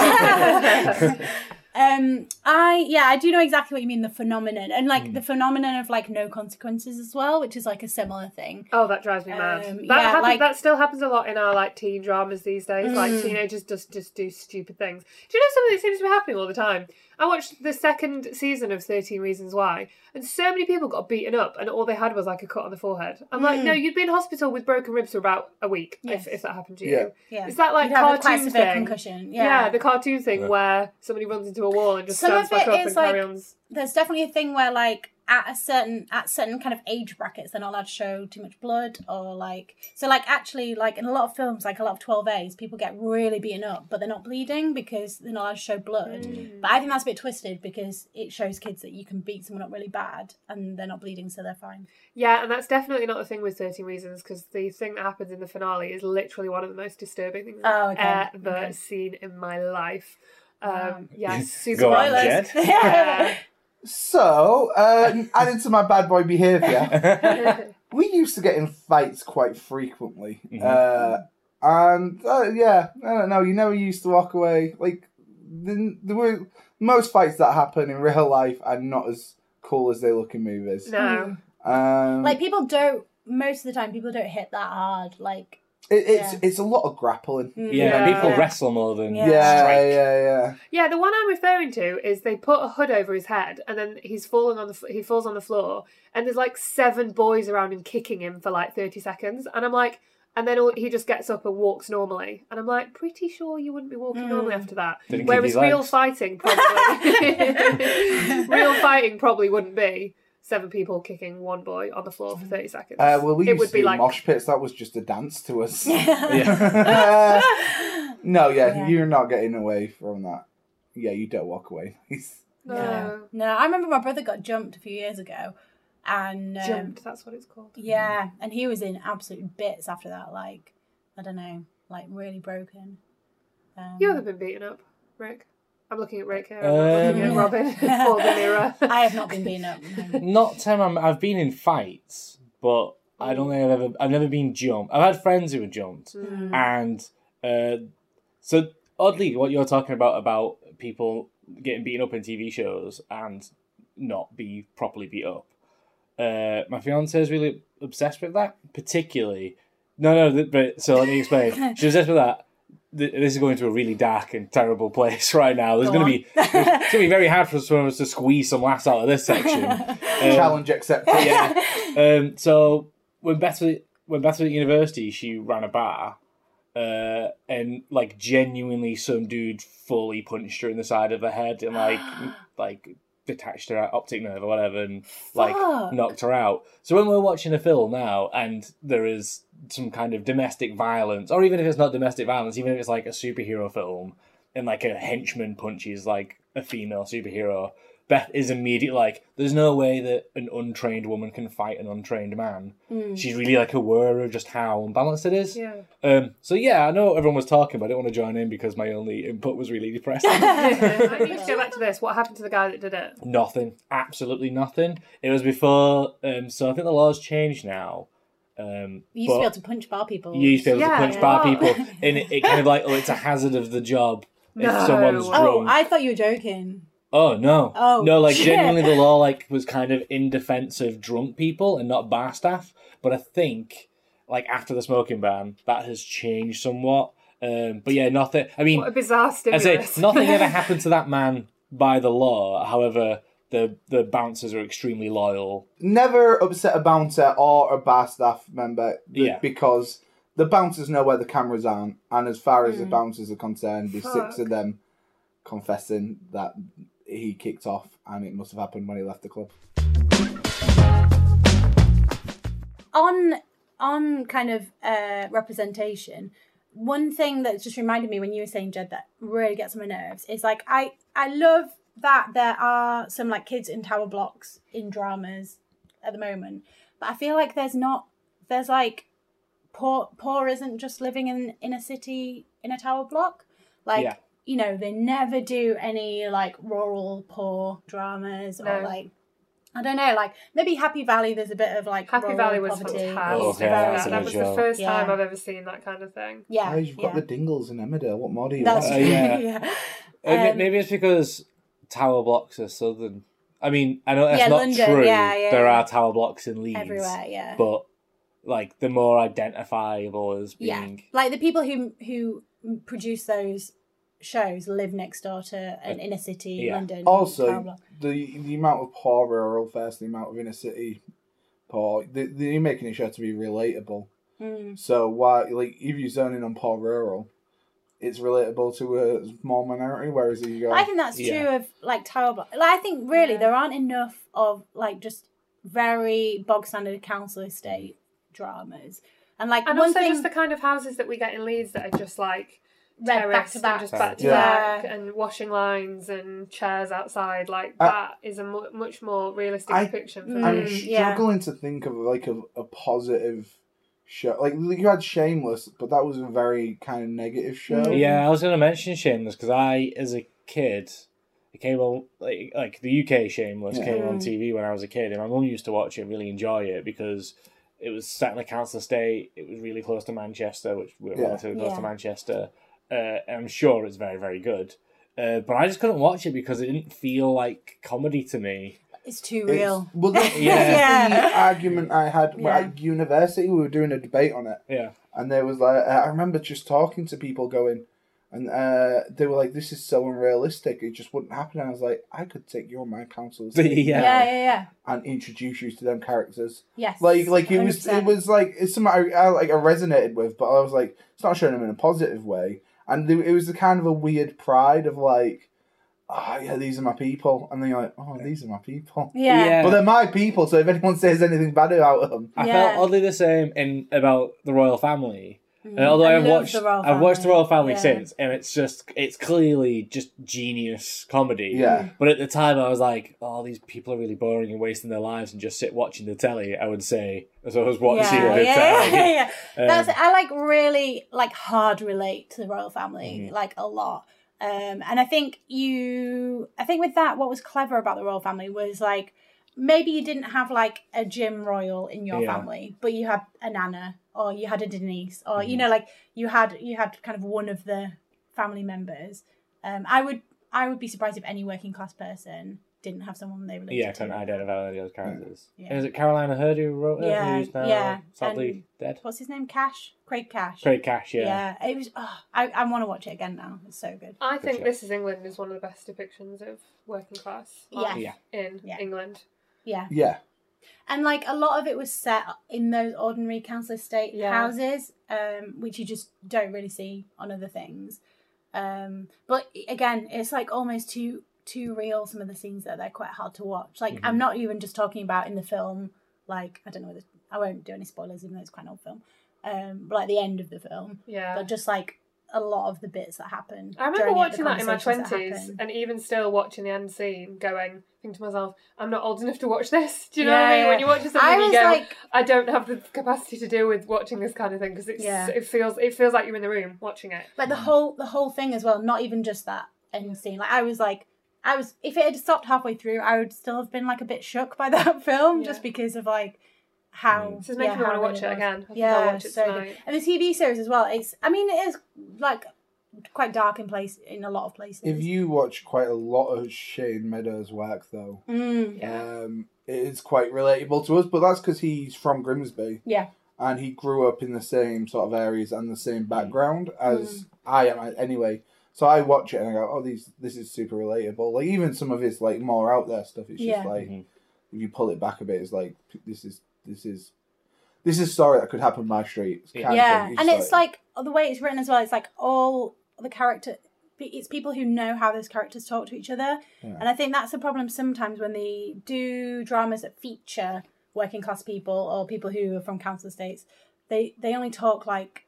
[SPEAKER 2] Um, I yeah, I do know exactly what you mean. The phenomenon and like the phenomenon of like no consequences as well, which is like a similar thing.
[SPEAKER 3] Oh, that drives me mad.
[SPEAKER 2] Um,
[SPEAKER 3] That
[SPEAKER 2] yeah,
[SPEAKER 3] happens.
[SPEAKER 2] like- Mm.
[SPEAKER 3] that still happens a lot in our like teen dramas these days. Like teenagers just just do stupid things. Do you know something that seems to be happening all the time? I watched the second season of Thirteen Reasons Why, and so many people got beaten up, and all they had was like a cut on the forehead. I'm like, no, you'd be in hospital with broken ribs for about a week
[SPEAKER 2] Mm. Yes.
[SPEAKER 3] if, if that happened to
[SPEAKER 4] Yeah.
[SPEAKER 3] you.
[SPEAKER 2] Yeah,
[SPEAKER 3] Is that like
[SPEAKER 2] You'd have a quite
[SPEAKER 3] cartoon
[SPEAKER 2] severe
[SPEAKER 3] thing?
[SPEAKER 2] concussion. Yeah,
[SPEAKER 3] the cartoon thing where somebody runs into a wall and just
[SPEAKER 2] Some
[SPEAKER 3] stands
[SPEAKER 2] of
[SPEAKER 3] back
[SPEAKER 2] it
[SPEAKER 3] up and
[SPEAKER 2] is, like-
[SPEAKER 3] carry on.
[SPEAKER 2] there's definitely a thing where like at a certain at certain kind of age brackets they're not allowed to show too much blood or like so like actually like in a lot of films like a lot of 12a's people get really beaten up but they're not bleeding because they're not allowed to show blood but i think that's a bit twisted because it shows kids that you can beat someone up really bad and they're not bleeding so they're fine
[SPEAKER 3] Yeah, and that's definitely not the thing with 13 Reasons because the thing that happens in the finale is literally one of the most disturbing things
[SPEAKER 2] Oh, okay,
[SPEAKER 3] I've ever
[SPEAKER 2] okay.
[SPEAKER 3] seen in my life. Um, yeah, super.
[SPEAKER 1] Go on,
[SPEAKER 3] violent.
[SPEAKER 1] Jed.
[SPEAKER 2] yeah.
[SPEAKER 4] So, uh, added to my bad boy behaviour, we used to get in fights quite frequently.
[SPEAKER 1] Mm-hmm.
[SPEAKER 4] Uh, and, uh, yeah, I don't know, you never used to walk away. Like, the, there were, most fights that happen in real life are not as cool as they look in movies.
[SPEAKER 3] No.
[SPEAKER 4] Um,
[SPEAKER 2] like people don't most of the time people don't hit that hard like mm.
[SPEAKER 4] it, it's,
[SPEAKER 2] yeah.
[SPEAKER 4] it's a lot of grappling.
[SPEAKER 1] Yeah,
[SPEAKER 3] Yeah.
[SPEAKER 1] people wrestle more than
[SPEAKER 2] Yeah.
[SPEAKER 4] Yeah,
[SPEAKER 1] strike.
[SPEAKER 4] yeah, yeah.
[SPEAKER 3] Yeah, the one I'm referring to is they put a hood over his head, and then he's falling on the f- he falls on the floor, and there's like seven boys around him kicking him for like thirty seconds, and I'm like, and then all, he just gets up and walks normally, and I'm like, pretty sure you wouldn't be walking normally after that.
[SPEAKER 1] Didn't kick
[SPEAKER 3] Whereas
[SPEAKER 1] his
[SPEAKER 3] real
[SPEAKER 1] legs.
[SPEAKER 3] fighting probably real fighting probably wouldn't be seven people kicking one boy on the floor for thirty seconds.
[SPEAKER 4] Uh, well, we
[SPEAKER 3] it
[SPEAKER 4] used
[SPEAKER 3] would
[SPEAKER 4] to
[SPEAKER 3] be
[SPEAKER 4] do
[SPEAKER 3] like
[SPEAKER 4] mosh pits. That was just a dance to us.
[SPEAKER 1] Yeah.
[SPEAKER 4] no, yeah, you're not getting away from that. Yeah, you don't walk away.
[SPEAKER 3] no,
[SPEAKER 2] no i remember my brother got jumped a few years ago and um,
[SPEAKER 3] jumped. That's what it's called.
[SPEAKER 2] Yeah, and he was in absolute bits after that. Like, I don't know, like really broken. Um,
[SPEAKER 3] You haven't been beaten up, Rick. I'm looking at Rick here. I'm
[SPEAKER 1] Um,
[SPEAKER 3] not looking at Robin or the mirror.
[SPEAKER 2] I have not been beaten up. no.
[SPEAKER 1] Not Tim. I'm, I've been in fights, but I don't think I've ever. I've never been jumped. I've had friends who were jumped,
[SPEAKER 3] Mm.
[SPEAKER 1] and uh, so oddly, what you're talking about about people getting beaten up in TV shows and not be properly beat up. Uh, my fiance is really obsessed with that, particularly. No, no, th- but so let me explain. She's obsessed with that. Th- This is going to a really dark and terrible place right now. There's going to be it's going to be very hard for us for us to squeeze some laughs out of this section. Um,
[SPEAKER 4] Challenge accepted.
[SPEAKER 1] yeah. Um, so when Beth when Beth was at university, she ran a bar, uh, and like genuinely, some dude fully punched her in the side of the head and like like detached her optic nerve or whatever, and like
[SPEAKER 2] Fuck.
[SPEAKER 1] knocked her out. So when we're watching a film now, and there is some kind of domestic violence, or even if it's not domestic violence, even if it's like a superhero film, and like a henchman punches like a female superhero, Beth is immediately like, "There's no way that an untrained woman can fight an untrained man."
[SPEAKER 2] Mm.
[SPEAKER 1] She's really like aware of just how unbalanced it is.
[SPEAKER 3] Yeah.
[SPEAKER 1] Um. So yeah, I know everyone was talking, but I didn't want to join in because my only input was really depressing.
[SPEAKER 3] I need to go back to this. What happened to the guy that did it?
[SPEAKER 1] nothing, absolutely nothing. It was before. Um. So I think the laws changed now. Um.
[SPEAKER 2] You used
[SPEAKER 1] but-
[SPEAKER 2] to be able to punch bar people.
[SPEAKER 1] you used to be able
[SPEAKER 3] Yeah,
[SPEAKER 1] to punch
[SPEAKER 3] yeah.
[SPEAKER 2] Oh.
[SPEAKER 1] bar people, and it, it kind of like, oh, it's a hazard of the job
[SPEAKER 3] No.
[SPEAKER 1] if someone's
[SPEAKER 3] Oh,
[SPEAKER 2] oh,
[SPEAKER 1] drunk.
[SPEAKER 2] I thought you were joking.
[SPEAKER 1] Oh no!
[SPEAKER 2] Oh,
[SPEAKER 1] no! Like
[SPEAKER 2] shit.
[SPEAKER 1] genuinely, the law like was kind of in defense of drunk people and not bar staff. But I think like after the smoking ban, that has changed somewhat. Um, but yeah, nothing. I mean,
[SPEAKER 3] What a bizarre
[SPEAKER 1] I say
[SPEAKER 3] stimulus.
[SPEAKER 1] nothing ever happened to that man by the law. However, the the bouncers are extremely loyal.
[SPEAKER 4] Never upset a bouncer or a bar staff member th-
[SPEAKER 1] Yeah.
[SPEAKER 4] because the bouncers know where the cameras aren't, and as far as the
[SPEAKER 2] Mm.
[SPEAKER 4] bouncers are concerned, there's six of them confessing that he kicked off, and it must have happened when he left the club.
[SPEAKER 2] on on kind of uh, representation, one thing that just reminded me when you were saying Jed that really gets on my nerves is like I I love that there are some like kids in tower blocks in dramas at the moment, but I feel like there's not there's like poor poor isn't just living in in a city in a tower block like.
[SPEAKER 1] Yeah.
[SPEAKER 2] You know, they never do any like rural poor dramas or
[SPEAKER 3] No.
[SPEAKER 2] like I don't know, like maybe Happy Valley. There's a bit of like
[SPEAKER 3] Happy
[SPEAKER 2] rural
[SPEAKER 3] Valley was
[SPEAKER 2] poverty.
[SPEAKER 3] fantastic.
[SPEAKER 1] Oh, yeah, that's a
[SPEAKER 3] that
[SPEAKER 1] good
[SPEAKER 3] was
[SPEAKER 1] show.
[SPEAKER 3] the first time
[SPEAKER 2] Yeah.
[SPEAKER 3] I've ever seen that kind of thing.
[SPEAKER 2] Yeah,
[SPEAKER 4] Oh, you've got
[SPEAKER 2] yeah.
[SPEAKER 4] the Dingles in Emmerdale. What more do you
[SPEAKER 2] That's
[SPEAKER 1] Uh,
[SPEAKER 4] want?
[SPEAKER 2] true.
[SPEAKER 1] yeah.
[SPEAKER 2] yeah.
[SPEAKER 1] Uh, ma-
[SPEAKER 2] Um,
[SPEAKER 1] Maybe it's because tower blocks are southern. I mean, I know that's
[SPEAKER 2] Yeah,
[SPEAKER 1] not
[SPEAKER 2] London,
[SPEAKER 1] true.
[SPEAKER 2] yeah, yeah,
[SPEAKER 1] there
[SPEAKER 2] yeah.
[SPEAKER 1] are tower blocks in Leeds
[SPEAKER 2] everywhere. Yeah,
[SPEAKER 1] but like the more identifiable as
[SPEAKER 2] yeah.
[SPEAKER 1] being
[SPEAKER 2] Like the people who who produce those shows live next door to an inner city
[SPEAKER 1] Uh, yeah.
[SPEAKER 2] London. tower
[SPEAKER 4] Also,
[SPEAKER 2] block.
[SPEAKER 4] the the amount of poor rural versus the amount of inner city poor, they, they're making it sure to be relatable.
[SPEAKER 2] Mm.
[SPEAKER 4] So why, like, if you're zoning on poor rural, it's relatable to a small minority. Whereas if you go,
[SPEAKER 2] I think that's
[SPEAKER 1] Yeah.
[SPEAKER 2] true of like tower block. Like, I think really there aren't enough of like just very bog standard council estate
[SPEAKER 1] Mm.
[SPEAKER 2] dramas. And like
[SPEAKER 3] And
[SPEAKER 2] one
[SPEAKER 3] also
[SPEAKER 2] thing,
[SPEAKER 3] just the kind of houses that we get in Leeds that are just like
[SPEAKER 2] Red back
[SPEAKER 3] terraced
[SPEAKER 2] to
[SPEAKER 3] and
[SPEAKER 2] back.
[SPEAKER 3] just back to
[SPEAKER 4] Yeah.
[SPEAKER 3] back and washing lines and chairs outside. Like
[SPEAKER 1] Uh,
[SPEAKER 4] I-
[SPEAKER 3] that is a mu- much more realistic
[SPEAKER 4] I-
[SPEAKER 3] depiction. For
[SPEAKER 2] Mm.
[SPEAKER 4] I'm
[SPEAKER 3] me.
[SPEAKER 2] yeah.
[SPEAKER 4] struggling to think of like a, a positive show. Like you had Shameless, but that was a very kind of negative show.
[SPEAKER 1] yeah i was going to mention shameless because i as a kid it came on like, like the uk shameless
[SPEAKER 4] Yeah.
[SPEAKER 1] came on
[SPEAKER 2] Mm.
[SPEAKER 1] tv when i was a kid and my mum used to watch it and really enjoy it because it was set in a council estate it was really close to manchester which we're
[SPEAKER 4] Yeah.
[SPEAKER 1] relatively close to
[SPEAKER 2] Yeah.
[SPEAKER 1] manchester uh, and i'm sure it's very very good uh, but i just couldn't watch it because it didn't feel like comedy to me
[SPEAKER 2] it's too
[SPEAKER 4] It's-
[SPEAKER 2] real.
[SPEAKER 4] Well, that's
[SPEAKER 1] Yeah.
[SPEAKER 4] the argument I had when-
[SPEAKER 2] Yeah.
[SPEAKER 4] at university. We were doing a debate on it,
[SPEAKER 1] yeah
[SPEAKER 4] and there was like I remember just talking to people going, and uh, they were like, "This is so unrealistic. It just wouldn't happen." And I was like, "I could take you on my council
[SPEAKER 1] yeah,
[SPEAKER 2] Yeah, yeah, yeah. yeah.
[SPEAKER 4] and introduce you to them characters."
[SPEAKER 2] Yes.
[SPEAKER 4] Like, like it was, it
[SPEAKER 2] 100%.
[SPEAKER 4] was like it's something I, I like I resonated with, but I was like, it's not showing them in a positive way, and there- it was the kind of a weird pride of like, oh yeah, these are my people, and then you're like, oh, these are my people.
[SPEAKER 2] Yeah.
[SPEAKER 1] Yeah.
[SPEAKER 4] But they're my people, so if anyone says anything bad about them,
[SPEAKER 1] I
[SPEAKER 2] Yeah.
[SPEAKER 1] felt oddly the same in about the royal family. Uh, although
[SPEAKER 2] I
[SPEAKER 1] I've
[SPEAKER 2] Mm. love
[SPEAKER 1] watched,
[SPEAKER 2] the royal
[SPEAKER 1] I've watched the
[SPEAKER 2] family.
[SPEAKER 1] royal family
[SPEAKER 2] Yeah.
[SPEAKER 1] since, and it's just, it's clearly just genius comedy.
[SPEAKER 4] Yeah.
[SPEAKER 1] But at the time, I was like, "Oh, these people are really boring and wasting their lives and just sit watching the telly." I would say, as I was watching
[SPEAKER 2] yeah,
[SPEAKER 1] the
[SPEAKER 2] yeah,
[SPEAKER 1] telly.
[SPEAKER 2] yeah, yeah. That's
[SPEAKER 1] Um,
[SPEAKER 2] I like really like hard relate to the royal family
[SPEAKER 1] Mm-hmm.
[SPEAKER 2] like a lot. Um, and I think you, I think with that, what was clever about the royal family was like maybe you didn't have like a Jim Royal in your
[SPEAKER 1] Yeah.
[SPEAKER 2] family, but you had an Anna or you had a Denise or
[SPEAKER 1] Mm-hmm.
[SPEAKER 2] you know like you had you had kind of one of the family members. Um, I would I would be surprised if any working class person didn't have someone they related
[SPEAKER 1] yeah, I
[SPEAKER 2] to.
[SPEAKER 1] couldn't identify with the other characters.
[SPEAKER 2] Yeah.
[SPEAKER 1] And is it Carolina Hurd who wrote it?
[SPEAKER 2] Yeah,
[SPEAKER 1] who's now
[SPEAKER 2] yeah,
[SPEAKER 1] sadly
[SPEAKER 2] and-
[SPEAKER 1] dead.
[SPEAKER 2] What's his name? Cash, Craig Cash.
[SPEAKER 1] Craig Cash, yeah.
[SPEAKER 2] Yeah, it was. Oh, I I want to watch it again now. It's so good.
[SPEAKER 3] I think
[SPEAKER 1] show.
[SPEAKER 3] This Is England is one of the best depictions of working class life
[SPEAKER 2] Yeah.
[SPEAKER 3] in
[SPEAKER 2] Yeah.
[SPEAKER 3] England.
[SPEAKER 2] Yeah,
[SPEAKER 4] yeah,
[SPEAKER 2] and like a lot of it was set in those ordinary council estate
[SPEAKER 3] Yeah.
[SPEAKER 2] houses, um, which you just don't really see on other things. Um, but again, it's like almost too too real. Some of the scenes that they're quite hard to watch. Like
[SPEAKER 3] Mm-hmm.
[SPEAKER 2] I'm not even just talking about in the film. Like I don't know. Whether, I won't do any spoilers, even though it's quite an old film. Um, but like the end of the film,
[SPEAKER 3] Yeah.
[SPEAKER 2] but just like a lot of the bits that happen.
[SPEAKER 3] I remember
[SPEAKER 2] during it, the
[SPEAKER 3] watching that in my
[SPEAKER 2] conversations that
[SPEAKER 3] twenties,
[SPEAKER 2] happen.
[SPEAKER 3] and even still watching the end scene, going, thinking to myself, "I'm not old enough to watch this." Do you know what I
[SPEAKER 2] Yeah,
[SPEAKER 3] mean? When
[SPEAKER 2] yeah.
[SPEAKER 3] you watch something,
[SPEAKER 2] I
[SPEAKER 3] you
[SPEAKER 2] was
[SPEAKER 3] go,
[SPEAKER 2] like-
[SPEAKER 3] "I don't have the capacity to deal with watching this kind of thing because it's
[SPEAKER 2] Yeah.
[SPEAKER 3] it feels it feels like you're in the room watching it."
[SPEAKER 2] like the whole the whole thing as well not even just that end scene like i was like i was if it had stopped halfway through i would still have been like a bit shook by that film just
[SPEAKER 3] Yeah. Mm.
[SPEAKER 2] because of like how
[SPEAKER 3] This is making me
[SPEAKER 2] how
[SPEAKER 3] wanna
[SPEAKER 2] good
[SPEAKER 3] watch it
[SPEAKER 2] was.
[SPEAKER 3] again. I think I'll
[SPEAKER 2] yeah
[SPEAKER 3] watch it
[SPEAKER 2] so good.
[SPEAKER 3] tonight.
[SPEAKER 2] and the tv series as well it's i mean it is like quite dark in place in a lot of places
[SPEAKER 4] if you watch quite a lot of Shane Meadows' work though,
[SPEAKER 2] Mm,
[SPEAKER 4] um, it is quite relatable to us. But that's because he's from Grimsby
[SPEAKER 2] yeah
[SPEAKER 4] and he grew up in the same sort of areas and the same background as
[SPEAKER 2] Mm.
[SPEAKER 4] I am anyway. So I watch it and I go, "Oh, these this is super relatable." Like even some of his like more out there stuff. It's
[SPEAKER 2] Yeah.
[SPEAKER 4] just like
[SPEAKER 1] Mm-hmm.
[SPEAKER 4] if you pull it back a bit, it's like p- this is this is this is a story that could happen my street. It's kind of
[SPEAKER 2] yeah
[SPEAKER 4] thing.
[SPEAKER 2] and it's like the way it's written as well it's like all the character it's people who know how those characters talk to each other and i think that's the problem sometimes when they do dramas that feature working class people or people who are from council estates they they only talk like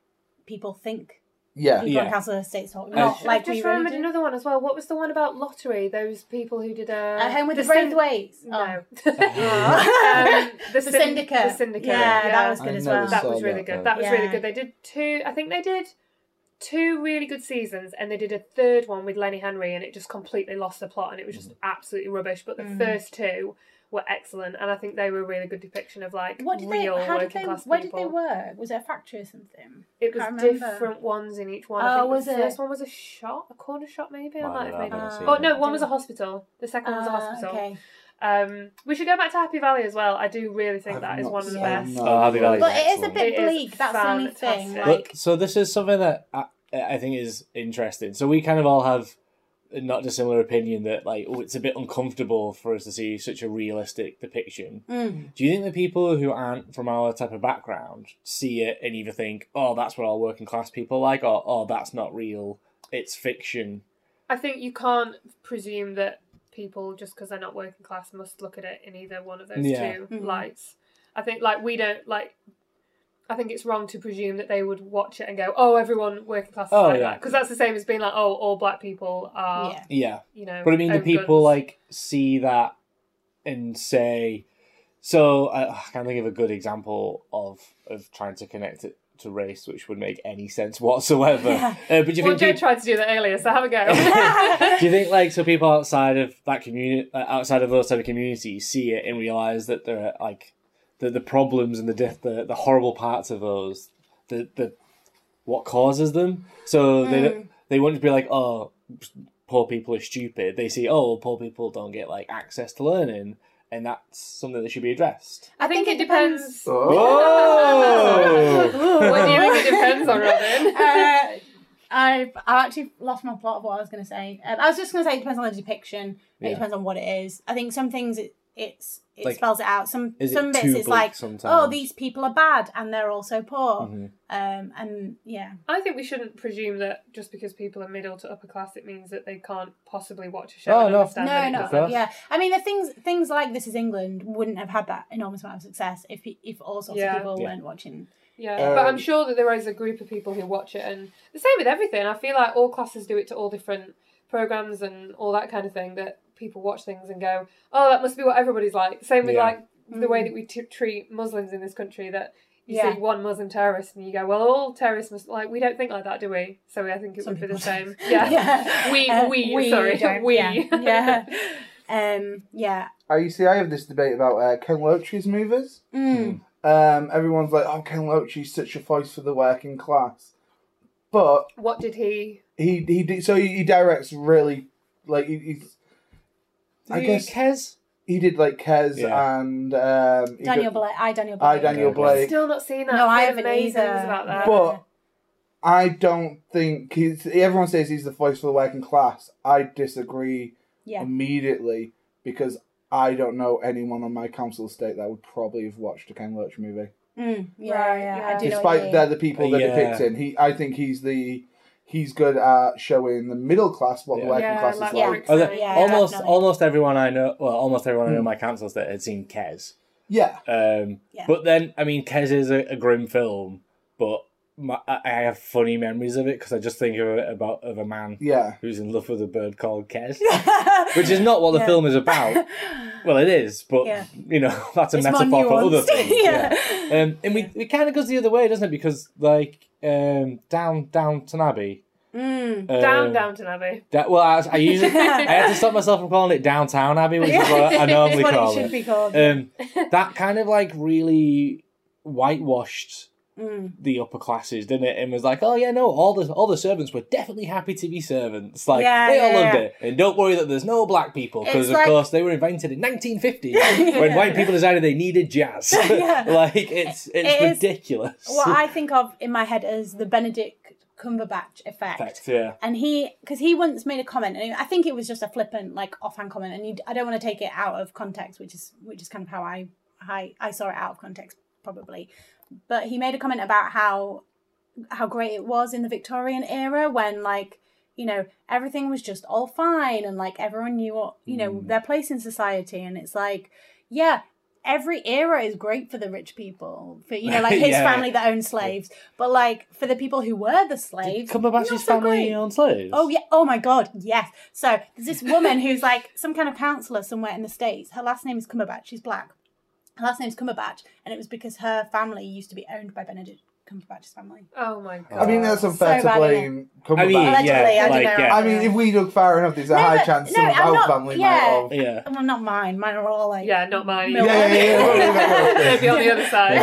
[SPEAKER 2] people think
[SPEAKER 4] yeah,
[SPEAKER 2] people
[SPEAKER 1] Yeah.
[SPEAKER 2] on council estates talk not
[SPEAKER 1] I've
[SPEAKER 2] like
[SPEAKER 3] I've just
[SPEAKER 2] we really
[SPEAKER 3] remembered
[SPEAKER 2] do.
[SPEAKER 3] another one as well. What was the one about lottery? Those people who did uh, a
[SPEAKER 2] at home with the,
[SPEAKER 3] syn-
[SPEAKER 2] Braithwaites.
[SPEAKER 3] No,
[SPEAKER 2] Oh.
[SPEAKER 3] Um, the,
[SPEAKER 2] the
[SPEAKER 3] syn-
[SPEAKER 2] syndicate
[SPEAKER 3] The syndicate.
[SPEAKER 2] yeah,
[SPEAKER 3] yeah.
[SPEAKER 2] that was
[SPEAKER 4] I
[SPEAKER 2] good as
[SPEAKER 4] never
[SPEAKER 2] well
[SPEAKER 4] saw
[SPEAKER 3] that was
[SPEAKER 4] that
[SPEAKER 3] really
[SPEAKER 4] one.
[SPEAKER 3] good. That was
[SPEAKER 2] Yeah.
[SPEAKER 3] really good. They did two. I think they did two really good seasons and they did a third one with Lenny Henry and it just completely lost the plot and it was just absolutely rubbish. But the
[SPEAKER 2] Mm.
[SPEAKER 3] first two were excellent and I think they were a really good depiction of like
[SPEAKER 2] What did they?
[SPEAKER 3] real
[SPEAKER 2] How
[SPEAKER 3] working
[SPEAKER 2] did they?
[SPEAKER 3] class
[SPEAKER 2] Where did
[SPEAKER 3] people.
[SPEAKER 2] they work? Was it a factory or something?
[SPEAKER 3] It
[SPEAKER 2] Can't
[SPEAKER 3] was
[SPEAKER 2] remember.
[SPEAKER 3] different ones in each one.
[SPEAKER 2] Oh,
[SPEAKER 3] I think
[SPEAKER 2] was
[SPEAKER 3] the
[SPEAKER 2] it?
[SPEAKER 3] first one was a shot, a corner shot maybe? I
[SPEAKER 1] Might be
[SPEAKER 3] might have
[SPEAKER 1] that,
[SPEAKER 3] made
[SPEAKER 1] I've never
[SPEAKER 3] that.
[SPEAKER 1] seen
[SPEAKER 3] Oh
[SPEAKER 1] it.
[SPEAKER 3] no, one was a hospital. The second one was a
[SPEAKER 2] Ah,
[SPEAKER 3] hospital.
[SPEAKER 2] okay.
[SPEAKER 3] Um, we should go back to Happy Valley as well. I do really think that is
[SPEAKER 4] not
[SPEAKER 3] one of the
[SPEAKER 4] seen
[SPEAKER 3] best.
[SPEAKER 4] that.
[SPEAKER 1] Oh, Happy Valley.
[SPEAKER 2] But it is a
[SPEAKER 1] Excellent.
[SPEAKER 2] bit
[SPEAKER 3] It is
[SPEAKER 2] bleak. That's the only thing.
[SPEAKER 3] fantastic.
[SPEAKER 2] Like,
[SPEAKER 1] Look, so this is something that I, I think is interesting. So we kind of all have a not dissimilar opinion that like, oh, it's a bit uncomfortable for us to see such a realistic depiction. Do you think the people who aren't from our type of background see it and either think, oh, that's what all working class people like, or oh, that's not real, it's fiction?
[SPEAKER 3] I think you can't presume that people just because they're not working class must look at it in either one of those
[SPEAKER 1] Yeah.
[SPEAKER 3] 2 lights. I think like we don't like. I think it's wrong to presume that they would watch it and go, "Oh, everyone working class is
[SPEAKER 1] Oh,
[SPEAKER 3] like
[SPEAKER 1] yeah.
[SPEAKER 3] because that's the same as being like, "Oh, all black people are."
[SPEAKER 2] yeah.
[SPEAKER 1] Yeah.
[SPEAKER 3] You know,
[SPEAKER 1] But I mean, do
[SPEAKER 3] own
[SPEAKER 1] people
[SPEAKER 3] guns.
[SPEAKER 1] like see that and say? So I, I can't think of a good example of of trying to connect it to race, which would make any sense whatsoever. Uh, but do you
[SPEAKER 3] Well,
[SPEAKER 1] think?
[SPEAKER 3] Joe
[SPEAKER 1] peop-
[SPEAKER 3] tried to do that earlier, so have a go.
[SPEAKER 1] do you think like so people outside of that community, uh, outside of those type of communities, see it and realize that there are like the the problems and the diff- the, the horrible parts of those, the the what causes them. So they
[SPEAKER 4] Hmm.
[SPEAKER 1] don't- they wouldn't be like, oh, poor people are stupid. They see, oh, poor people don't get like access to learning, and that's something that should be addressed.
[SPEAKER 3] I think it depends.
[SPEAKER 1] Oh,
[SPEAKER 3] what do you think it depends on, Robin?
[SPEAKER 2] uh, I've, I've actually lost my plot of what I was going to say. Um, I was just going to say it depends on the depiction.
[SPEAKER 1] Yeah.
[SPEAKER 2] It depends on what it is. I think some things it it's it
[SPEAKER 1] Like,
[SPEAKER 2] spells it out. Some
[SPEAKER 1] is it
[SPEAKER 2] some bits
[SPEAKER 1] too
[SPEAKER 2] it's
[SPEAKER 1] bleak
[SPEAKER 2] like oh
[SPEAKER 1] sometimes? Mm-hmm.
[SPEAKER 2] these people are bad and they're also poor. Um, and yeah,
[SPEAKER 3] I think we shouldn't presume that just because people are middle to upper class, it means that they can't possibly watch a show.
[SPEAKER 1] Oh,
[SPEAKER 3] and
[SPEAKER 1] no.
[SPEAKER 3] understand that
[SPEAKER 2] no,
[SPEAKER 3] it
[SPEAKER 2] no,
[SPEAKER 3] doesn't.
[SPEAKER 2] yeah. I mean the things things like This Is England wouldn't have had that enormous amount of success if pe- if all sorts
[SPEAKER 3] Yeah.
[SPEAKER 2] of people
[SPEAKER 1] Yeah.
[SPEAKER 2] weren't watching.
[SPEAKER 3] Yeah, but I'm sure that there is a group of people who watch it, and the same with everything. I feel like all classes do it to all different programs and all that kind of thing. That people watch things and go, "Oh, that must be what everybody's like." Same with
[SPEAKER 1] Yeah.
[SPEAKER 3] like the way that we t- treat Muslims in this country. That you
[SPEAKER 2] Mm. Yeah.
[SPEAKER 3] see one Muslim terrorist and you go, "Well, all terrorists must like." We don't think like that, do we? So I think it would be the same. Yeah, we
[SPEAKER 2] Uh,
[SPEAKER 3] we, sorry
[SPEAKER 2] don't-
[SPEAKER 3] we
[SPEAKER 2] yeah, yeah. Um, yeah.
[SPEAKER 4] I you see, I have this debate about uh, Ken Loach's movies.
[SPEAKER 2] Mm.
[SPEAKER 4] Um, everyone's like, "Oh, Ken Loach, he's such a voice for the working class," but
[SPEAKER 3] what did he?
[SPEAKER 4] he he di- so he, he directs really like he, he's. I guess
[SPEAKER 1] Kez.
[SPEAKER 4] he did like Kes
[SPEAKER 1] Yeah.
[SPEAKER 4] and um, he
[SPEAKER 2] Daniel
[SPEAKER 4] did-
[SPEAKER 2] Blake. I Daniel Blake.
[SPEAKER 4] I Daniel
[SPEAKER 1] Okay.
[SPEAKER 4] Blake.
[SPEAKER 3] Still not seen that.
[SPEAKER 2] No, I
[SPEAKER 3] I've heard
[SPEAKER 2] haven't
[SPEAKER 3] amazing
[SPEAKER 2] either.
[SPEAKER 3] things about that.
[SPEAKER 4] But I don't think he's, everyone says he's the voice for the working class. I disagree
[SPEAKER 2] Yeah.
[SPEAKER 1] Um,
[SPEAKER 4] immediately because I don't know anyone on my council estate that would probably have watched a Ken Loach movie.
[SPEAKER 2] Mm, yeah,
[SPEAKER 3] Right,
[SPEAKER 2] yeah, I do
[SPEAKER 3] yeah.
[SPEAKER 2] know what you
[SPEAKER 4] Despite
[SPEAKER 2] mean.
[SPEAKER 4] they're the people that
[SPEAKER 1] Yeah.
[SPEAKER 4] depict him, he I think he's the he's good at showing the middle class what
[SPEAKER 1] Yeah.
[SPEAKER 4] the working
[SPEAKER 3] yeah,
[SPEAKER 4] class
[SPEAKER 3] like
[SPEAKER 4] is like.
[SPEAKER 3] Rick
[SPEAKER 1] Oh,
[SPEAKER 3] said.
[SPEAKER 1] the-
[SPEAKER 2] Yeah,
[SPEAKER 1] almost,
[SPEAKER 2] definitely.
[SPEAKER 1] almost everyone I know. Well, almost everyone I know in my councils that had seen Kez.
[SPEAKER 4] Yeah,
[SPEAKER 1] Um,
[SPEAKER 2] Yeah.
[SPEAKER 1] But then, I mean, Kez is a, a grim film, but my, I I have funny memories of it because I just think of it about of a man
[SPEAKER 4] yeah.
[SPEAKER 1] who's in love with a bird called Kez, which is not what the
[SPEAKER 2] Yeah.
[SPEAKER 1] film is about. Well, it is, but
[SPEAKER 2] Yeah.
[SPEAKER 1] you know that's a
[SPEAKER 2] It's more
[SPEAKER 1] metaphor for other
[SPEAKER 2] nuanced.
[SPEAKER 1] things.
[SPEAKER 2] Yeah.
[SPEAKER 1] yeah. Um, and we it kind of goes the other way, doesn't it? Because like um, down Downton Abbey.
[SPEAKER 2] Mm.
[SPEAKER 1] uh,
[SPEAKER 4] uh,
[SPEAKER 3] down Downton Abbey.
[SPEAKER 1] That, well, I, I usually I had to stop myself from calling it Downtown Abbey, which is what I normally
[SPEAKER 2] what it
[SPEAKER 1] call
[SPEAKER 2] should
[SPEAKER 1] it.
[SPEAKER 2] be called.
[SPEAKER 1] Um, that kind of like really whitewashed
[SPEAKER 2] Mm.
[SPEAKER 1] the upper classes, didn't it? And was like, oh yeah, no, all the all the servants were definitely happy to be servants. Like
[SPEAKER 2] Yeah,
[SPEAKER 1] they all
[SPEAKER 2] yeah,
[SPEAKER 1] loved
[SPEAKER 2] yeah.
[SPEAKER 1] it, and don't worry that there's no black people because
[SPEAKER 2] It's
[SPEAKER 1] of
[SPEAKER 2] like-
[SPEAKER 1] course they were invented in 1950 when white people decided they needed jazz. like it's it's
[SPEAKER 2] It is-
[SPEAKER 1] ridiculous.
[SPEAKER 2] what I think of in my head as the Benedict Cumberbatch effect.
[SPEAKER 1] Fact, yeah.
[SPEAKER 2] And he, because he once made a comment, and I think it was just a flippant, like offhand comment, and you, I don't want to take it out of context, which is which is kind of how I, I I saw it out of context probably, but he made a comment about how how great it was in the Victorian era when like you know everything was just all fine and like everyone knew what you know
[SPEAKER 1] Mm.
[SPEAKER 2] their place in society, and it's like yeah. Every era is great for the rich people, for you know, like his
[SPEAKER 1] Yeah.
[SPEAKER 2] family that owned slaves, but like for the people who were the slaves, not
[SPEAKER 1] Cumberbatch's
[SPEAKER 2] so
[SPEAKER 1] family
[SPEAKER 2] great.
[SPEAKER 1] on slaves.
[SPEAKER 2] Oh yeah! Oh my god! Yes. So there's this woman who's like some kind of counselor somewhere in the states. Her last name is Cumberbatch. She's black. Her last name's Cumberbatch, and it was because her family used to be owned by Benedict Cumberbatch's family.
[SPEAKER 3] Oh my god.
[SPEAKER 4] I mean, that's unfair
[SPEAKER 2] So
[SPEAKER 4] to
[SPEAKER 2] bad,
[SPEAKER 4] blame Cumberbatch.
[SPEAKER 1] I mean,
[SPEAKER 2] Allegedly,
[SPEAKER 1] yeah,
[SPEAKER 2] I
[SPEAKER 1] like,
[SPEAKER 2] don't know.
[SPEAKER 1] yeah,
[SPEAKER 4] I mean, if we dug far enough, there's a
[SPEAKER 2] No,
[SPEAKER 4] high
[SPEAKER 2] but-
[SPEAKER 4] chance
[SPEAKER 2] no,
[SPEAKER 4] some
[SPEAKER 2] I'm
[SPEAKER 4] our
[SPEAKER 2] not-
[SPEAKER 4] family
[SPEAKER 2] yeah.
[SPEAKER 4] might have.
[SPEAKER 1] yeah.
[SPEAKER 2] Well, not mine. Mine are all like
[SPEAKER 3] yeah, not mine.
[SPEAKER 2] Yeah,
[SPEAKER 3] either.
[SPEAKER 4] yeah, yeah, yeah.
[SPEAKER 3] Maybe on the other side.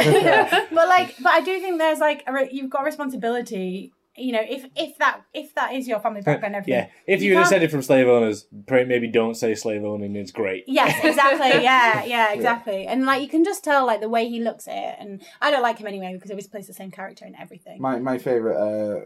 [SPEAKER 2] but like, but I do think there's like a re- you've got responsibility. You know, if if that if that is your family background, and everything.
[SPEAKER 1] Yeah, if you,
[SPEAKER 2] can't-
[SPEAKER 1] descended from slave owners, pray- maybe don't say slave owning is great.
[SPEAKER 2] Yes, exactly. Yeah, yeah, exactly. And like, you can just tell like the way he looks at it. And I don't like him anyway because he always plays the same character in everything.
[SPEAKER 4] My my favorite uh,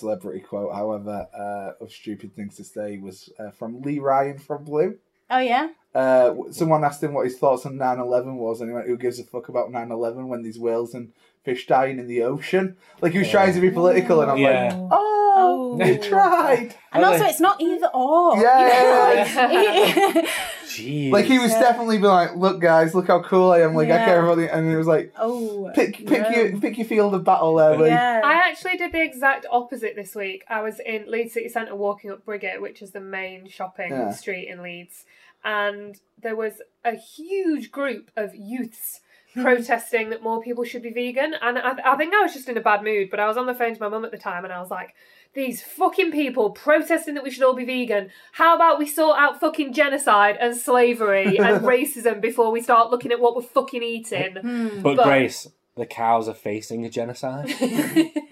[SPEAKER 4] celebrity quote, however, uh, of stupid things to say was uh, from Lee Ryan from Blue.
[SPEAKER 2] oh yeah,
[SPEAKER 4] Uh, w- someone asked him what his thoughts on 9-11 was, and he went, "Who gives a fuck about 9-11 when there's whales and fish dying in the ocean?" Like he was trying to be political, and I'm like,
[SPEAKER 1] Yeah.
[SPEAKER 4] "Oh,
[SPEAKER 2] Oh.
[SPEAKER 4] they tried."
[SPEAKER 2] and
[SPEAKER 1] I
[SPEAKER 2] also
[SPEAKER 1] like-
[SPEAKER 2] it's not either or.
[SPEAKER 4] Yeah,
[SPEAKER 1] Jeez.
[SPEAKER 4] Like he was definitely being like, "Look, guys, look how cool I am! Like I
[SPEAKER 2] Yeah.
[SPEAKER 4] care about the," and it was like,
[SPEAKER 2] oh,
[SPEAKER 4] "Pick, pick
[SPEAKER 2] no.
[SPEAKER 4] your, pick your field of battle there." Like,
[SPEAKER 2] Yeah.
[SPEAKER 3] I actually did the exact opposite this week. I was in Leeds City Centre walking up Brigate, which is the main shopping
[SPEAKER 4] Yeah.
[SPEAKER 3] street in Leeds, and there was a huge group of youths protesting that more people should be vegan. And I, I think I was just in a bad mood, but I was on the phone to my mum at the time, and I was like, "These fucking people protesting that we should all be vegan. How about we sort out fucking genocide and slavery and racism before we start looking at what we're fucking eating?"
[SPEAKER 1] but,
[SPEAKER 3] but-
[SPEAKER 1] Grace, the cows are facing a genocide.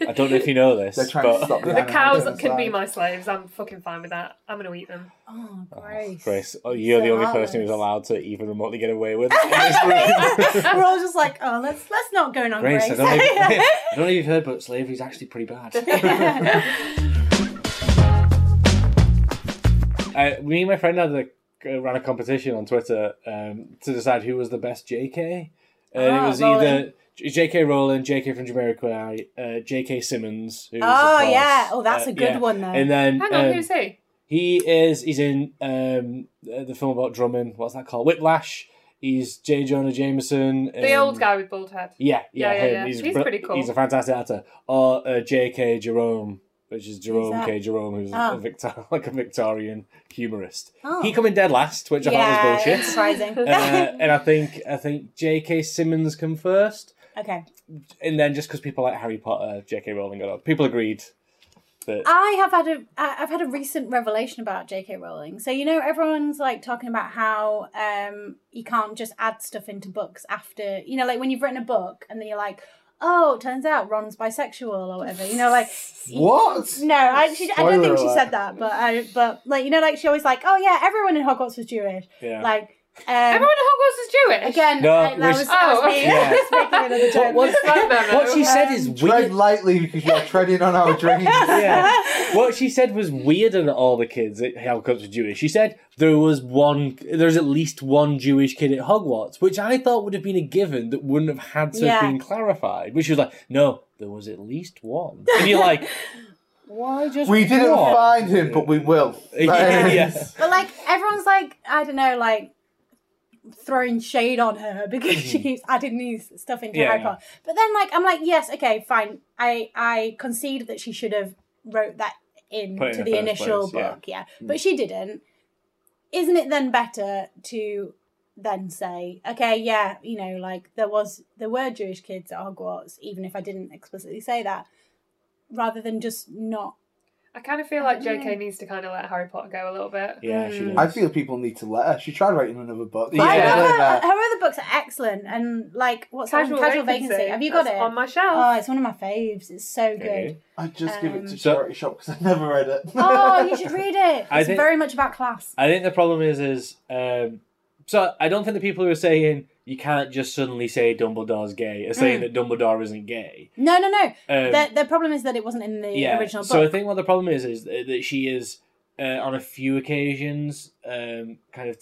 [SPEAKER 1] I don't know if you know this,
[SPEAKER 4] They're trying
[SPEAKER 1] but
[SPEAKER 4] to stop the,
[SPEAKER 3] The
[SPEAKER 4] animal
[SPEAKER 3] cows
[SPEAKER 4] genocide.
[SPEAKER 3] can be my slaves. I'm fucking fine with that. I'm gonna eat them.
[SPEAKER 2] Oh, Grace.
[SPEAKER 1] Grace, oh, you're
[SPEAKER 2] So
[SPEAKER 1] the only
[SPEAKER 2] harmless.
[SPEAKER 1] person who's allowed to even remotely get away with. it in this room.
[SPEAKER 2] We're all just like, oh, let's let's not go on
[SPEAKER 1] Grace,
[SPEAKER 2] Grace.
[SPEAKER 1] I don't, know if, I don't know if you've heard, but slavery's actually pretty bad. I, Uh, me and my friend had a, uh, ran a competition on Twitter um, to decide who was the best JK. Uh,
[SPEAKER 2] Ah,
[SPEAKER 1] it was
[SPEAKER 2] Rowling.
[SPEAKER 1] either J- JK Rowling, JK from Jamiroquai, uh, JK Simmons. Who was,
[SPEAKER 2] Oh,
[SPEAKER 1] of course,
[SPEAKER 2] yeah. Oh, that's
[SPEAKER 1] uh,
[SPEAKER 2] a good
[SPEAKER 1] yeah.
[SPEAKER 2] one, though.
[SPEAKER 1] And then
[SPEAKER 3] Hang on,
[SPEAKER 1] um,
[SPEAKER 3] who's he?
[SPEAKER 1] he is. He's in um, uh, the film about drumming. What's that called? Whiplash. He's J. Jonah Jameson.
[SPEAKER 3] The
[SPEAKER 1] um,
[SPEAKER 3] old guy with bald head.
[SPEAKER 1] Yeah, yeah,
[SPEAKER 3] Yeah, yeah,
[SPEAKER 1] him.
[SPEAKER 3] yeah.
[SPEAKER 1] He's,
[SPEAKER 3] He's
[SPEAKER 1] br-
[SPEAKER 3] pretty cool.
[SPEAKER 1] He's a fantastic actor. Or uh, J.K. Jerome, which is Jerome
[SPEAKER 2] that?
[SPEAKER 1] K. Jerome, who's a
[SPEAKER 2] Oh.
[SPEAKER 1] Victor- like a Victorian humorist.
[SPEAKER 2] Oh.
[SPEAKER 1] He come in dead last, which I
[SPEAKER 2] yeah,
[SPEAKER 1] thought was
[SPEAKER 2] it's
[SPEAKER 1] bullshit.
[SPEAKER 2] surprising.
[SPEAKER 1] uh, and I think I think J.K. Simmons come first,
[SPEAKER 2] okay.
[SPEAKER 1] and then just because people like Harry Potter, J.K. Rowling got up. People agreed that
[SPEAKER 2] I have had a I- I've had a recent revelation about J.K. Rowling. So you know everyone's like talking about how um you can't just add stuff into books after you know like when you've written a book and then you're like oh it turns out Ron's bisexual or whatever you know like
[SPEAKER 4] What?
[SPEAKER 2] no I she, I don't think she
[SPEAKER 4] Spoiler
[SPEAKER 2] said that but I but like you know like she always like oh yeah everyone in Hogwarts was Jewish
[SPEAKER 1] Yeah.
[SPEAKER 2] like um,
[SPEAKER 3] Everyone at Hogwarts is Jewish.
[SPEAKER 2] again
[SPEAKER 1] No,
[SPEAKER 2] I, that
[SPEAKER 1] which-
[SPEAKER 2] was, that was
[SPEAKER 3] Oh,
[SPEAKER 2] me
[SPEAKER 3] okay.
[SPEAKER 1] Yeah.
[SPEAKER 2] just making another joke.
[SPEAKER 1] what,
[SPEAKER 3] That memo.
[SPEAKER 1] what she said is
[SPEAKER 4] Tread
[SPEAKER 1] weird.
[SPEAKER 4] lightly because you're treading on our dreams.
[SPEAKER 1] yeah. What she said was weirder than all the kids at Hellcups were Jewish. She said there was one, there's at least one Jewish kid at Hogwarts, which I thought would have been a given that wouldn't have had to have
[SPEAKER 2] Yeah.
[SPEAKER 1] been clarified. Which she was like, no, there was at least one. And you're like, why just
[SPEAKER 4] We didn't
[SPEAKER 1] one?
[SPEAKER 4] find him, but we will.
[SPEAKER 1] Yeah, yeah.
[SPEAKER 2] But like everyone's like, I don't know, like throwing shade on her because she keeps adding new stuff into
[SPEAKER 1] Yeah,
[SPEAKER 2] Harry
[SPEAKER 1] yeah.
[SPEAKER 2] Potter. But then like I'm like, yes, okay, fine. I I concede that she should have wrote that in
[SPEAKER 1] Put it
[SPEAKER 2] to
[SPEAKER 1] in
[SPEAKER 2] the,
[SPEAKER 1] the first
[SPEAKER 2] initial
[SPEAKER 1] place, yeah.
[SPEAKER 2] book, yeah. But she didn't. Isn't it then better to then say, okay, yeah, you know, like there was there were Jewish kids at Hogwarts, even if I didn't explicitly say that, rather than just not
[SPEAKER 3] I kind of feel like JK needs to kind of let Harry Potter go a little bit.
[SPEAKER 1] Yeah,
[SPEAKER 2] Mm.
[SPEAKER 1] she does.
[SPEAKER 4] I feel people need to let her. She tried writing another book.
[SPEAKER 1] Yeah.
[SPEAKER 2] I
[SPEAKER 1] Yeah.
[SPEAKER 2] love her, uh,
[SPEAKER 4] Yeah.
[SPEAKER 2] her other books are excellent and like what's
[SPEAKER 3] Casual,
[SPEAKER 2] that one? Casual
[SPEAKER 3] vacancy.
[SPEAKER 2] vacancy. Have you got
[SPEAKER 3] That's
[SPEAKER 2] it?
[SPEAKER 3] on my shelf?
[SPEAKER 2] oh, it's one of my faves. It's so good.
[SPEAKER 1] Okay.
[SPEAKER 4] I just give it to
[SPEAKER 2] Um,
[SPEAKER 4] charity shop because I never read it.
[SPEAKER 2] Oh, you should read it.
[SPEAKER 1] I
[SPEAKER 2] It's
[SPEAKER 1] think-
[SPEAKER 2] very much about class.
[SPEAKER 1] I think the problem is, is um, so I don't think the people who are saying you can't just suddenly say Dumbledore's gay are saying that Dumbledore isn't gay.
[SPEAKER 2] No, no, no.
[SPEAKER 1] Um,
[SPEAKER 2] the, the problem is Mm. that it wasn't in the
[SPEAKER 1] yeah.
[SPEAKER 2] original book.
[SPEAKER 1] So I think what the problem is is th- that she is uh, on a few occasions um, kind of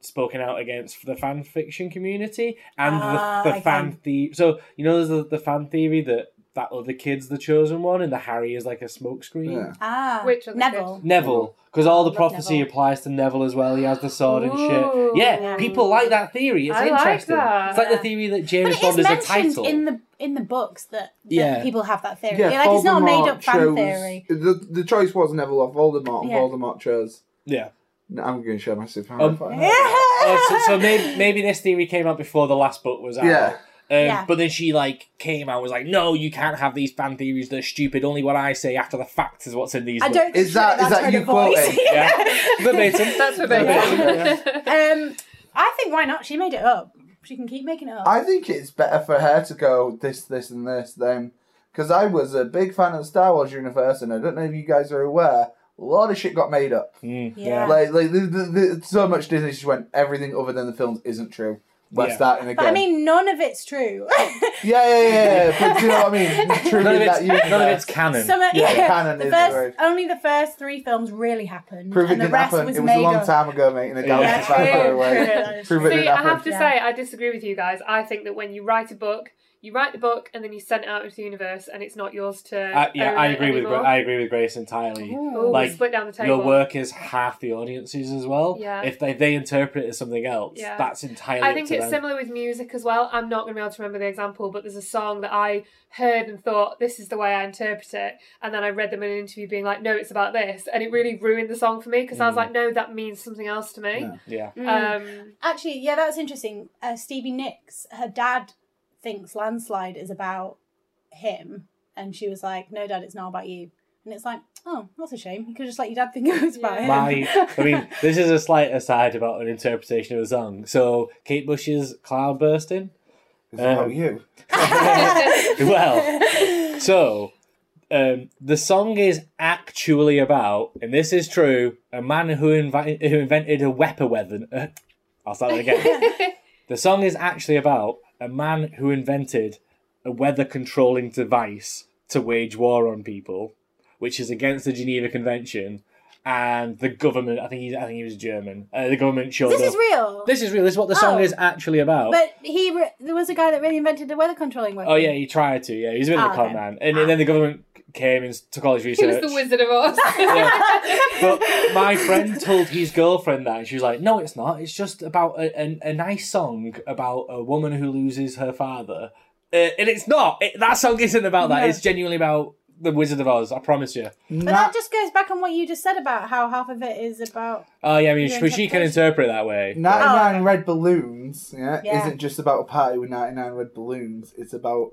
[SPEAKER 1] spoken out against the fan fiction community and
[SPEAKER 2] Ah,
[SPEAKER 1] the, the
[SPEAKER 2] I
[SPEAKER 1] fan
[SPEAKER 2] see.
[SPEAKER 1] the So you know, there's the, the fan theory that that other kid's the chosen one, and the Harry is like a smokescreen.
[SPEAKER 4] Yeah.
[SPEAKER 2] ah,
[SPEAKER 3] Which other
[SPEAKER 2] Neville.
[SPEAKER 1] Neville, because all the
[SPEAKER 2] Love
[SPEAKER 1] prophecy
[SPEAKER 2] Neville.
[SPEAKER 1] applies to Neville as well. He has the sword and
[SPEAKER 3] Ooh.
[SPEAKER 1] shit. Yeah, people like that theory. It's
[SPEAKER 3] I like
[SPEAKER 1] interesting.
[SPEAKER 3] that.
[SPEAKER 1] It's like the theory that
[SPEAKER 2] But
[SPEAKER 1] James
[SPEAKER 2] it is
[SPEAKER 1] Bond is a
[SPEAKER 2] mentioned
[SPEAKER 1] title.
[SPEAKER 2] in the in the books that, that
[SPEAKER 1] Yeah.
[SPEAKER 2] people have that theory.
[SPEAKER 4] Yeah,
[SPEAKER 2] like it's not a
[SPEAKER 4] Voldemort
[SPEAKER 2] made up fan
[SPEAKER 4] chose-
[SPEAKER 2] theory.
[SPEAKER 4] The, the choice was Neville or Voldemort, and
[SPEAKER 2] Yeah.
[SPEAKER 4] Voldemort chose.
[SPEAKER 1] Yeah.
[SPEAKER 4] No, I'm going to share my superpower.
[SPEAKER 1] Um,
[SPEAKER 4] if I-
[SPEAKER 1] Oh, so, so maybe, maybe this theory came out before the last book was out.
[SPEAKER 4] Yeah.
[SPEAKER 1] Um,
[SPEAKER 2] Yeah.
[SPEAKER 1] But then she like came out and was like, "No, you can't have these fan theories. They're stupid. Only what I say after the fact is what's in these."
[SPEAKER 2] I
[SPEAKER 1] books."
[SPEAKER 2] don't. think
[SPEAKER 4] Is that-
[SPEAKER 2] that's
[SPEAKER 4] is that
[SPEAKER 2] her
[SPEAKER 4] you
[SPEAKER 2] voice.
[SPEAKER 4] quoting?
[SPEAKER 1] Yeah. Verbatim.
[SPEAKER 3] That's verbatim.
[SPEAKER 2] um, I think why not? She made it up. She can keep making it up.
[SPEAKER 4] I think it's better for her to go this, this, and this than because I was a big fan of the Star Wars universe, and I don't know if you guys are aware, a lot of shit got made up.
[SPEAKER 1] Hmm.
[SPEAKER 2] yeah.
[SPEAKER 4] Like, like the, the, the, so much Disney just went everything other than the films isn't true. We're
[SPEAKER 1] Yeah.
[SPEAKER 4] starting again.
[SPEAKER 2] but I mean, none of it's true.
[SPEAKER 4] yeah, yeah, yeah, yeah. But do you know what I mean? True
[SPEAKER 1] None of
[SPEAKER 4] in
[SPEAKER 1] it's,
[SPEAKER 4] that universe.
[SPEAKER 1] none of it's canon.
[SPEAKER 2] Some of-
[SPEAKER 4] Yeah,
[SPEAKER 2] yeah,
[SPEAKER 4] canon
[SPEAKER 2] the
[SPEAKER 4] is
[SPEAKER 2] first,
[SPEAKER 4] right.
[SPEAKER 2] only the first three films really happened,
[SPEAKER 4] Prove it
[SPEAKER 2] and the
[SPEAKER 4] didn't
[SPEAKER 2] rest
[SPEAKER 4] happen.
[SPEAKER 2] was
[SPEAKER 4] it was
[SPEAKER 2] made
[SPEAKER 4] a long
[SPEAKER 2] up.
[SPEAKER 4] time ago, mate, in a
[SPEAKER 1] Yeah.
[SPEAKER 4] galaxy far, far
[SPEAKER 2] True,
[SPEAKER 4] away.
[SPEAKER 2] true.
[SPEAKER 4] Prove it
[SPEAKER 3] See,
[SPEAKER 4] didn't
[SPEAKER 3] I
[SPEAKER 4] happen.
[SPEAKER 3] have to
[SPEAKER 2] Yeah.
[SPEAKER 3] say, I disagree with you guys. I think that when you write a book, you write the book and then you send it out into the universe, and it's not yours to.
[SPEAKER 1] I, yeah,
[SPEAKER 3] own
[SPEAKER 1] I
[SPEAKER 3] it
[SPEAKER 1] agree with Gra-
[SPEAKER 3] anymore.
[SPEAKER 1] I agree with Grace entirely.
[SPEAKER 3] Ooh,
[SPEAKER 1] like,
[SPEAKER 3] split down the table.
[SPEAKER 1] Your work is half the audience's as well.
[SPEAKER 3] Yeah.
[SPEAKER 1] If they, they interpret it as something else,
[SPEAKER 3] Yeah.
[SPEAKER 1] that's entirely.
[SPEAKER 3] I
[SPEAKER 1] up
[SPEAKER 3] think
[SPEAKER 1] to
[SPEAKER 3] it's
[SPEAKER 1] them.
[SPEAKER 3] similar with music as well. I'm not going to be able to remember the example, but there's a song that I heard and thought this is the way I interpret it, and then I read them in an interview being like, "No, it's about this," and it really ruined the song for me because I was like, "No, that means something else to me."
[SPEAKER 1] Mm. Yeah.
[SPEAKER 3] Um,
[SPEAKER 2] Actually, yeah, that's interesting. Uh, Stevie Nicks, her dad thinks Landslide is about him, and she was like, "No, Dad, it's not about you." And it's like, oh, that's a shame. You could just let your dad think it was about
[SPEAKER 3] Yeah.
[SPEAKER 2] him.
[SPEAKER 1] My, I mean, this is a slight aside about an interpretation of a song. So Kate Bush's "Cloud Bursting."
[SPEAKER 4] It's about
[SPEAKER 1] Um,
[SPEAKER 4] you.
[SPEAKER 1] well, so um, the song is actually about, and this is true, a man who, invi- who invented a weapon weapon. I'll start that again. the song is actually about a man who invented a weather controlling device to wage war on people, which is against the Geneva Convention. And the government, I think he, I think he was German. Uh, the government showed
[SPEAKER 2] This
[SPEAKER 1] up.
[SPEAKER 2] is real.
[SPEAKER 1] This is real. This is what the song
[SPEAKER 2] Oh.
[SPEAKER 1] is actually about.
[SPEAKER 2] But he, re- there was a guy that really invented the weather controlling weapon.
[SPEAKER 1] Oh yeah, he tried to. Yeah, he's a bit of a
[SPEAKER 2] Ah,
[SPEAKER 1] con
[SPEAKER 2] okay.
[SPEAKER 1] man, and, then the government came and took all his
[SPEAKER 3] he
[SPEAKER 1] research.
[SPEAKER 3] was the Wizard of Oz.
[SPEAKER 1] But my friend told his girlfriend that, and she was like, "No, it's not. It's just about a, a, a nice song about a woman who loses her father." Uh, and it's not. It, that song isn't about that. It's genuinely about the Wizard of Oz. I promise you.
[SPEAKER 2] But that just goes back on what you just said about how half of it is about.
[SPEAKER 1] Oh yeah, I mean,
[SPEAKER 2] Your
[SPEAKER 1] but she can interpret it that way.
[SPEAKER 4] 99 red balloons yeah,
[SPEAKER 2] Oh. Yeah.
[SPEAKER 4] isn't just about a party with 99 red balloons it's about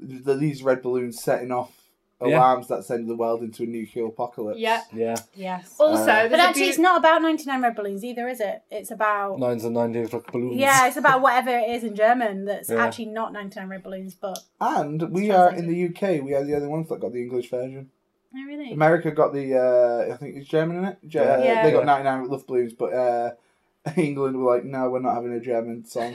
[SPEAKER 4] th- these red balloons setting off
[SPEAKER 1] Yeah.
[SPEAKER 4] alarms that send the world into a nuclear apocalypse
[SPEAKER 3] yeah.
[SPEAKER 1] Yeah,
[SPEAKER 2] Yes.
[SPEAKER 3] Also, there's
[SPEAKER 2] But
[SPEAKER 3] a
[SPEAKER 2] actually,
[SPEAKER 3] beau-
[SPEAKER 2] it's not about 99 red balloons either, is it? It's about.
[SPEAKER 1] nines and nine days like balloons.
[SPEAKER 2] Yeah, it's about whatever it is in German that's
[SPEAKER 1] Yeah.
[SPEAKER 2] actually not 99 red balloons, but.
[SPEAKER 4] and we are in the uk we are the only ones that got the english version
[SPEAKER 2] No, really?
[SPEAKER 4] america got the uh, i think it's german in it Ge- uh,
[SPEAKER 2] Yeah.
[SPEAKER 4] they got
[SPEAKER 1] Yeah.
[SPEAKER 4] 99 love blues but uh, england were like no we're not having a german song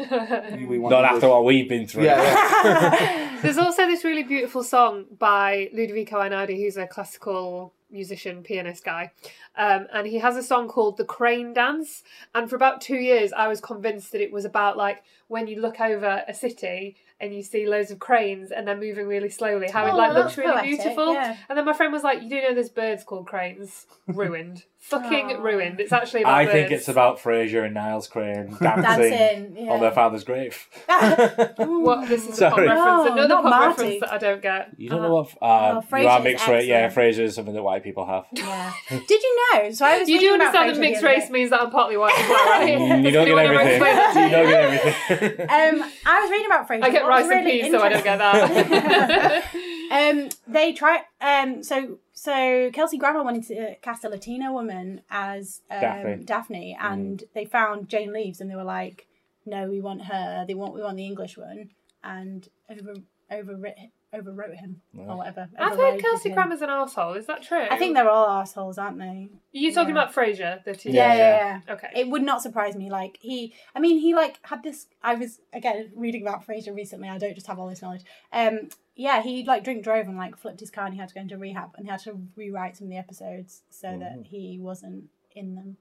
[SPEAKER 4] we want
[SPEAKER 1] Not
[SPEAKER 4] English."
[SPEAKER 1] after what we've been through.
[SPEAKER 4] yeah, yeah.
[SPEAKER 3] There's also this really beautiful song by Ludovico Einaudi, who's a classical musician, pianist guy. Um, and he has a song called The Crane Dance. And for about two years, I was convinced that it was about like when you look over a city and you see loads of cranes and they're moving really slowly, how it
[SPEAKER 2] Oh,
[SPEAKER 3] like
[SPEAKER 2] that's
[SPEAKER 3] looks really
[SPEAKER 2] poetic,
[SPEAKER 3] beautiful.
[SPEAKER 2] yeah.
[SPEAKER 3] And then my friend was like, You do know there's birds called cranes? Ruined. Fucking ruined. It's actually about
[SPEAKER 1] I think
[SPEAKER 3] birds.
[SPEAKER 1] it's about Fraser and Niles Crane dancing,
[SPEAKER 2] Dancing, yeah.
[SPEAKER 1] on their father's grave.
[SPEAKER 3] What this is a pop
[SPEAKER 1] Sorry.
[SPEAKER 3] reference,
[SPEAKER 2] No,
[SPEAKER 3] another
[SPEAKER 2] not
[SPEAKER 3] pop
[SPEAKER 2] Marty.
[SPEAKER 3] reference that I don't get.
[SPEAKER 1] You don't know what? Uh,
[SPEAKER 2] Oh,
[SPEAKER 1] you are
[SPEAKER 2] Frasier is
[SPEAKER 1] mixed race. Yeah,
[SPEAKER 2] excellent.
[SPEAKER 1] Fraser is something that white people have.
[SPEAKER 2] Yeah. Did you know? So I was
[SPEAKER 3] You do
[SPEAKER 2] reading about
[SPEAKER 3] understand
[SPEAKER 2] Frasier
[SPEAKER 3] that
[SPEAKER 2] the
[SPEAKER 3] mixed
[SPEAKER 2] other
[SPEAKER 3] race means that I'm partly white as well, right?
[SPEAKER 1] Mm, you don't
[SPEAKER 3] Do
[SPEAKER 1] get
[SPEAKER 3] you wanna
[SPEAKER 1] everything.
[SPEAKER 3] explain that to
[SPEAKER 1] You
[SPEAKER 3] me?
[SPEAKER 1] don't get everything.
[SPEAKER 2] day. Um, I was reading about Frasier.
[SPEAKER 3] I get
[SPEAKER 2] What was
[SPEAKER 3] rice
[SPEAKER 2] really
[SPEAKER 3] and peas, so I don't get that.
[SPEAKER 2] Um, they try. Um, so so Kelsey Grammer wanted to cast a Latina woman as um,
[SPEAKER 1] Daphne. Mm.
[SPEAKER 2] Daphne. and they found Jane Leaves, and they were like, "No, we want her. They want we want the English one." And over overwrit overwrote him or whatever.
[SPEAKER 3] I've heard
[SPEAKER 2] overrated
[SPEAKER 3] Kelsey
[SPEAKER 2] him.
[SPEAKER 3] Grammer's an asshole. Is that true?
[SPEAKER 2] I think they're all assholes, aren't they?
[SPEAKER 3] You're talking about Frasier, the TV.
[SPEAKER 1] Yeah, yeah.
[SPEAKER 2] yeah, yeah, yeah.
[SPEAKER 3] Okay.
[SPEAKER 2] It would not surprise me. Like he, I mean, he like had this. I was again reading about Fraser recently. I don't just have all this knowledge. Um, yeah, he like drink drove and like flipped his car, and he had to go into rehab, and he had to rewrite some of the episodes so that
[SPEAKER 1] Mm-hmm.
[SPEAKER 2] he wasn't in them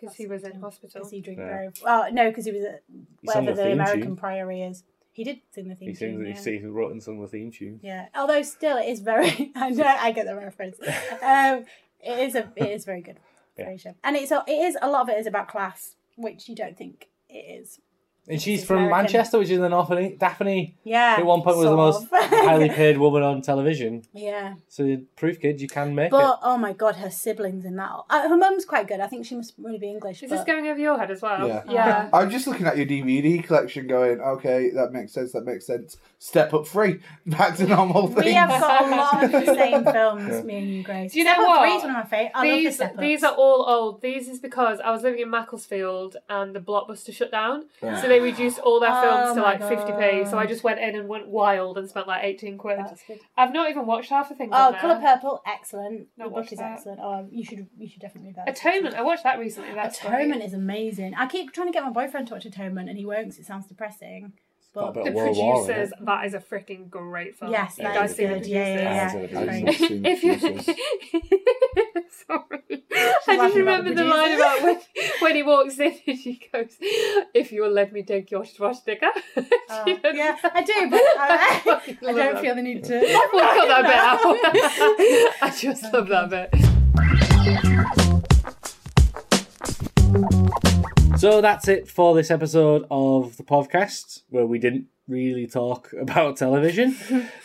[SPEAKER 3] because he was in hospital.
[SPEAKER 2] because he drink
[SPEAKER 1] Yeah.
[SPEAKER 2] drove. Well, no, because he was at
[SPEAKER 1] sung
[SPEAKER 2] wherever
[SPEAKER 1] the
[SPEAKER 2] the,
[SPEAKER 1] theme
[SPEAKER 2] American
[SPEAKER 1] tune.
[SPEAKER 2] Priory is. He did sing the theme
[SPEAKER 1] He sings.
[SPEAKER 2] tune.
[SPEAKER 1] He
[SPEAKER 2] yeah.
[SPEAKER 1] sings. Wrote and sung the theme tune.
[SPEAKER 2] Yeah, although still it is very. I know I get the reference. Um, it is a it is very good, Frasier, and it's a, it is a lot of it is about class, which you don't think it is.
[SPEAKER 1] And she's
[SPEAKER 2] She's
[SPEAKER 1] from
[SPEAKER 2] American.
[SPEAKER 1] Manchester, which is an Daphne. Daphne,
[SPEAKER 2] Yeah.
[SPEAKER 1] at one point, was the most
[SPEAKER 2] sort of.
[SPEAKER 1] highly paid woman on television.
[SPEAKER 2] yeah.
[SPEAKER 1] So, proof kid, you can make
[SPEAKER 2] But oh my god, her siblings in that. Uh, her mum's quite good. I think she must really be English.
[SPEAKER 3] Is
[SPEAKER 2] but-
[SPEAKER 3] this going over your head as well?
[SPEAKER 4] Yeah.
[SPEAKER 3] yeah.
[SPEAKER 4] I'm just looking at your DVD collection, going, okay, that makes sense. That makes sense. Step up three, back to normal things.
[SPEAKER 2] we have got a lot of the same films, me and you, Grace.
[SPEAKER 3] Do you know
[SPEAKER 2] Step Up
[SPEAKER 3] what?
[SPEAKER 2] Three is one of my favorite. I love the
[SPEAKER 3] these
[SPEAKER 2] Step Ups.
[SPEAKER 3] these are all old. These is because I was living in Macclesfield and the blockbuster shut down, so they reduced all their films
[SPEAKER 2] Oh
[SPEAKER 3] to
[SPEAKER 2] my
[SPEAKER 3] like fifty p. So I just went in and went wild and spent like eighteen quid.
[SPEAKER 2] That's good.
[SPEAKER 3] I've not even watched half of things. on
[SPEAKER 2] Oh,
[SPEAKER 3] there.
[SPEAKER 2] Color Purple, excellent. the
[SPEAKER 3] Not
[SPEAKER 2] book
[SPEAKER 3] watched
[SPEAKER 2] is
[SPEAKER 3] that.
[SPEAKER 2] excellent. Oh, you should you should definitely read that.
[SPEAKER 3] Atonement. I watched that recently. That's great.
[SPEAKER 2] Atonement is amazing. I keep trying to get my boyfriend to watch Atonement, and he won't because it sounds depressing.
[SPEAKER 1] got a bit
[SPEAKER 2] But
[SPEAKER 3] The
[SPEAKER 1] of World War, isn't
[SPEAKER 3] producers.
[SPEAKER 1] it?
[SPEAKER 3] that is a freaking great film.
[SPEAKER 2] yes,
[SPEAKER 3] you
[SPEAKER 2] that
[SPEAKER 3] guys
[SPEAKER 2] is
[SPEAKER 3] see the
[SPEAKER 2] good.
[SPEAKER 3] producers.
[SPEAKER 2] Yeah, yeah,
[SPEAKER 1] Producers.
[SPEAKER 2] yeah.
[SPEAKER 1] I've
[SPEAKER 2] It's
[SPEAKER 1] seen
[SPEAKER 2] great.
[SPEAKER 3] if you sorry i just
[SPEAKER 2] laughing about
[SPEAKER 3] remember
[SPEAKER 2] the
[SPEAKER 3] the line
[SPEAKER 2] producers.
[SPEAKER 3] about when, when he walks in and she goes if you will let me take your swastika Do you
[SPEAKER 2] Oh,
[SPEAKER 3] know that?
[SPEAKER 2] yeah, I do, but
[SPEAKER 3] I
[SPEAKER 2] I,
[SPEAKER 3] fucking
[SPEAKER 2] I
[SPEAKER 3] love
[SPEAKER 2] don't
[SPEAKER 3] that.
[SPEAKER 2] feel the need to.
[SPEAKER 3] We'll cut that bit out. I just love that bit.
[SPEAKER 1] So that's it for this episode of the podcast, where we didn't really talk about television.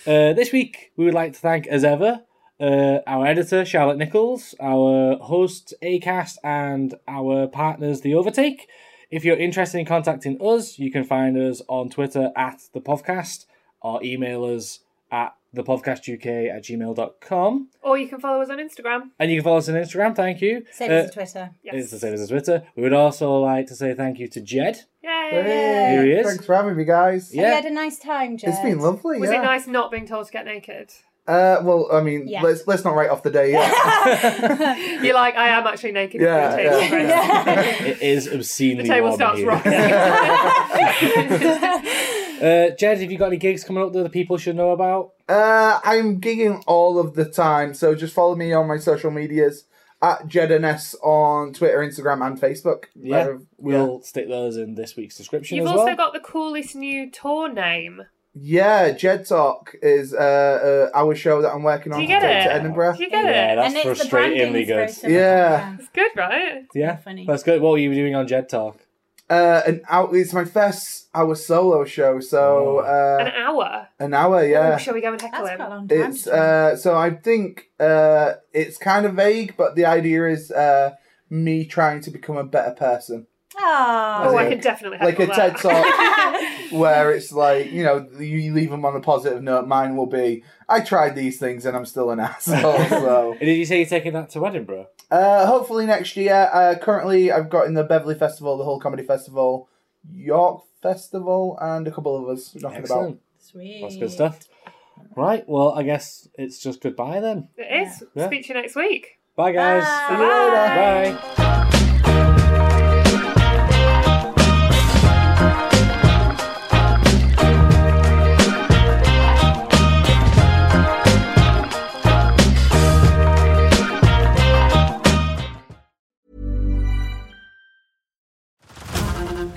[SPEAKER 1] uh, this week, we would like to thank, as ever, uh, our editor, Charlotte Nichols, our host, ACAST, and our partners, The Overtake. If you're interested in contacting us, you can find us on Twitter at the podcast or email us at thepodcastuk at gmail.com.
[SPEAKER 3] Or you can follow us on Instagram.
[SPEAKER 1] And you can follow us on Instagram, thank you.
[SPEAKER 2] Save
[SPEAKER 1] Uh,
[SPEAKER 2] us to Twitter.
[SPEAKER 3] Yes.
[SPEAKER 1] It's the same as Twitter. We would also like to say thank you to Jed.
[SPEAKER 3] Yay!
[SPEAKER 4] Hey,
[SPEAKER 1] Here he is.
[SPEAKER 4] Thanks for having me, guys.
[SPEAKER 2] Have
[SPEAKER 1] Yeah.
[SPEAKER 2] you had a nice time, Jess?
[SPEAKER 4] It's been lovely.
[SPEAKER 3] Was
[SPEAKER 4] yeah.
[SPEAKER 3] it nice not being told to get naked?
[SPEAKER 4] Uh, well, I mean,
[SPEAKER 2] Yeah.
[SPEAKER 4] let's let's not write off the day yet.
[SPEAKER 3] You're like, I am actually naked.
[SPEAKER 4] Yeah,
[SPEAKER 3] Take it,
[SPEAKER 4] yeah.
[SPEAKER 3] Grace.
[SPEAKER 1] It is obscenely
[SPEAKER 3] The table
[SPEAKER 1] warm
[SPEAKER 3] starts
[SPEAKER 1] here.
[SPEAKER 3] rocking.
[SPEAKER 1] Uh, Jed, have you got any gigs coming up that the people should know about?
[SPEAKER 4] uh, I'm gigging all of the time, so just follow me on my social medias at Jedness on Twitter, Instagram, and Facebook. Uh,
[SPEAKER 1] we'll stick those in this week's description
[SPEAKER 3] You've
[SPEAKER 1] as
[SPEAKER 3] also
[SPEAKER 1] well.
[SPEAKER 3] got the coolest new tour name.
[SPEAKER 4] yeah, Jed Talk is uh, uh, our show that I'm working on
[SPEAKER 3] Do you
[SPEAKER 4] to
[SPEAKER 3] get
[SPEAKER 4] take
[SPEAKER 3] it?
[SPEAKER 4] to Edinburgh.
[SPEAKER 3] Do you get
[SPEAKER 1] yeah,
[SPEAKER 3] it?
[SPEAKER 1] that's
[SPEAKER 2] and it's the
[SPEAKER 1] frustratingly
[SPEAKER 2] branding
[SPEAKER 1] good.
[SPEAKER 2] is very similar.
[SPEAKER 4] Yeah.
[SPEAKER 3] It's good, right?
[SPEAKER 1] yeah,
[SPEAKER 2] funny.
[SPEAKER 1] that's good. What were you doing on Jed Talk?
[SPEAKER 4] Uh, an hour, it's my first hour solo show, so
[SPEAKER 3] An
[SPEAKER 4] uh,
[SPEAKER 3] hour.
[SPEAKER 4] an hour, yeah.
[SPEAKER 3] Ooh, shall we go and heckle
[SPEAKER 2] That's
[SPEAKER 3] him?
[SPEAKER 2] quite a long time.
[SPEAKER 4] It's uh, so I think uh, it's kind of vague, but the idea is uh, me trying to become a better person,
[SPEAKER 2] Ah,
[SPEAKER 3] Oh, I
[SPEAKER 4] Like
[SPEAKER 3] can
[SPEAKER 4] a-
[SPEAKER 3] definitely heckle
[SPEAKER 4] like a
[SPEAKER 3] that.
[SPEAKER 4] TED talk, where it's like you know you leave them on a positive note. Mine will be I tried these things and I'm still an asshole. so
[SPEAKER 1] And did you say you're taking that to Edinburgh?
[SPEAKER 4] uh, hopefully next year. Uh, currently, I've got in the Beverly Festival, the whole comedy festival, York Festival, and a couple of us knocking about.
[SPEAKER 1] Excellent.
[SPEAKER 2] Sweet.
[SPEAKER 1] That's good stuff. Right, well, I guess it's just goodbye then.
[SPEAKER 3] It is.
[SPEAKER 1] Yeah.
[SPEAKER 3] Speak to you next week.
[SPEAKER 1] Bye, guys.
[SPEAKER 2] Bye.
[SPEAKER 4] See you later.
[SPEAKER 1] Bye.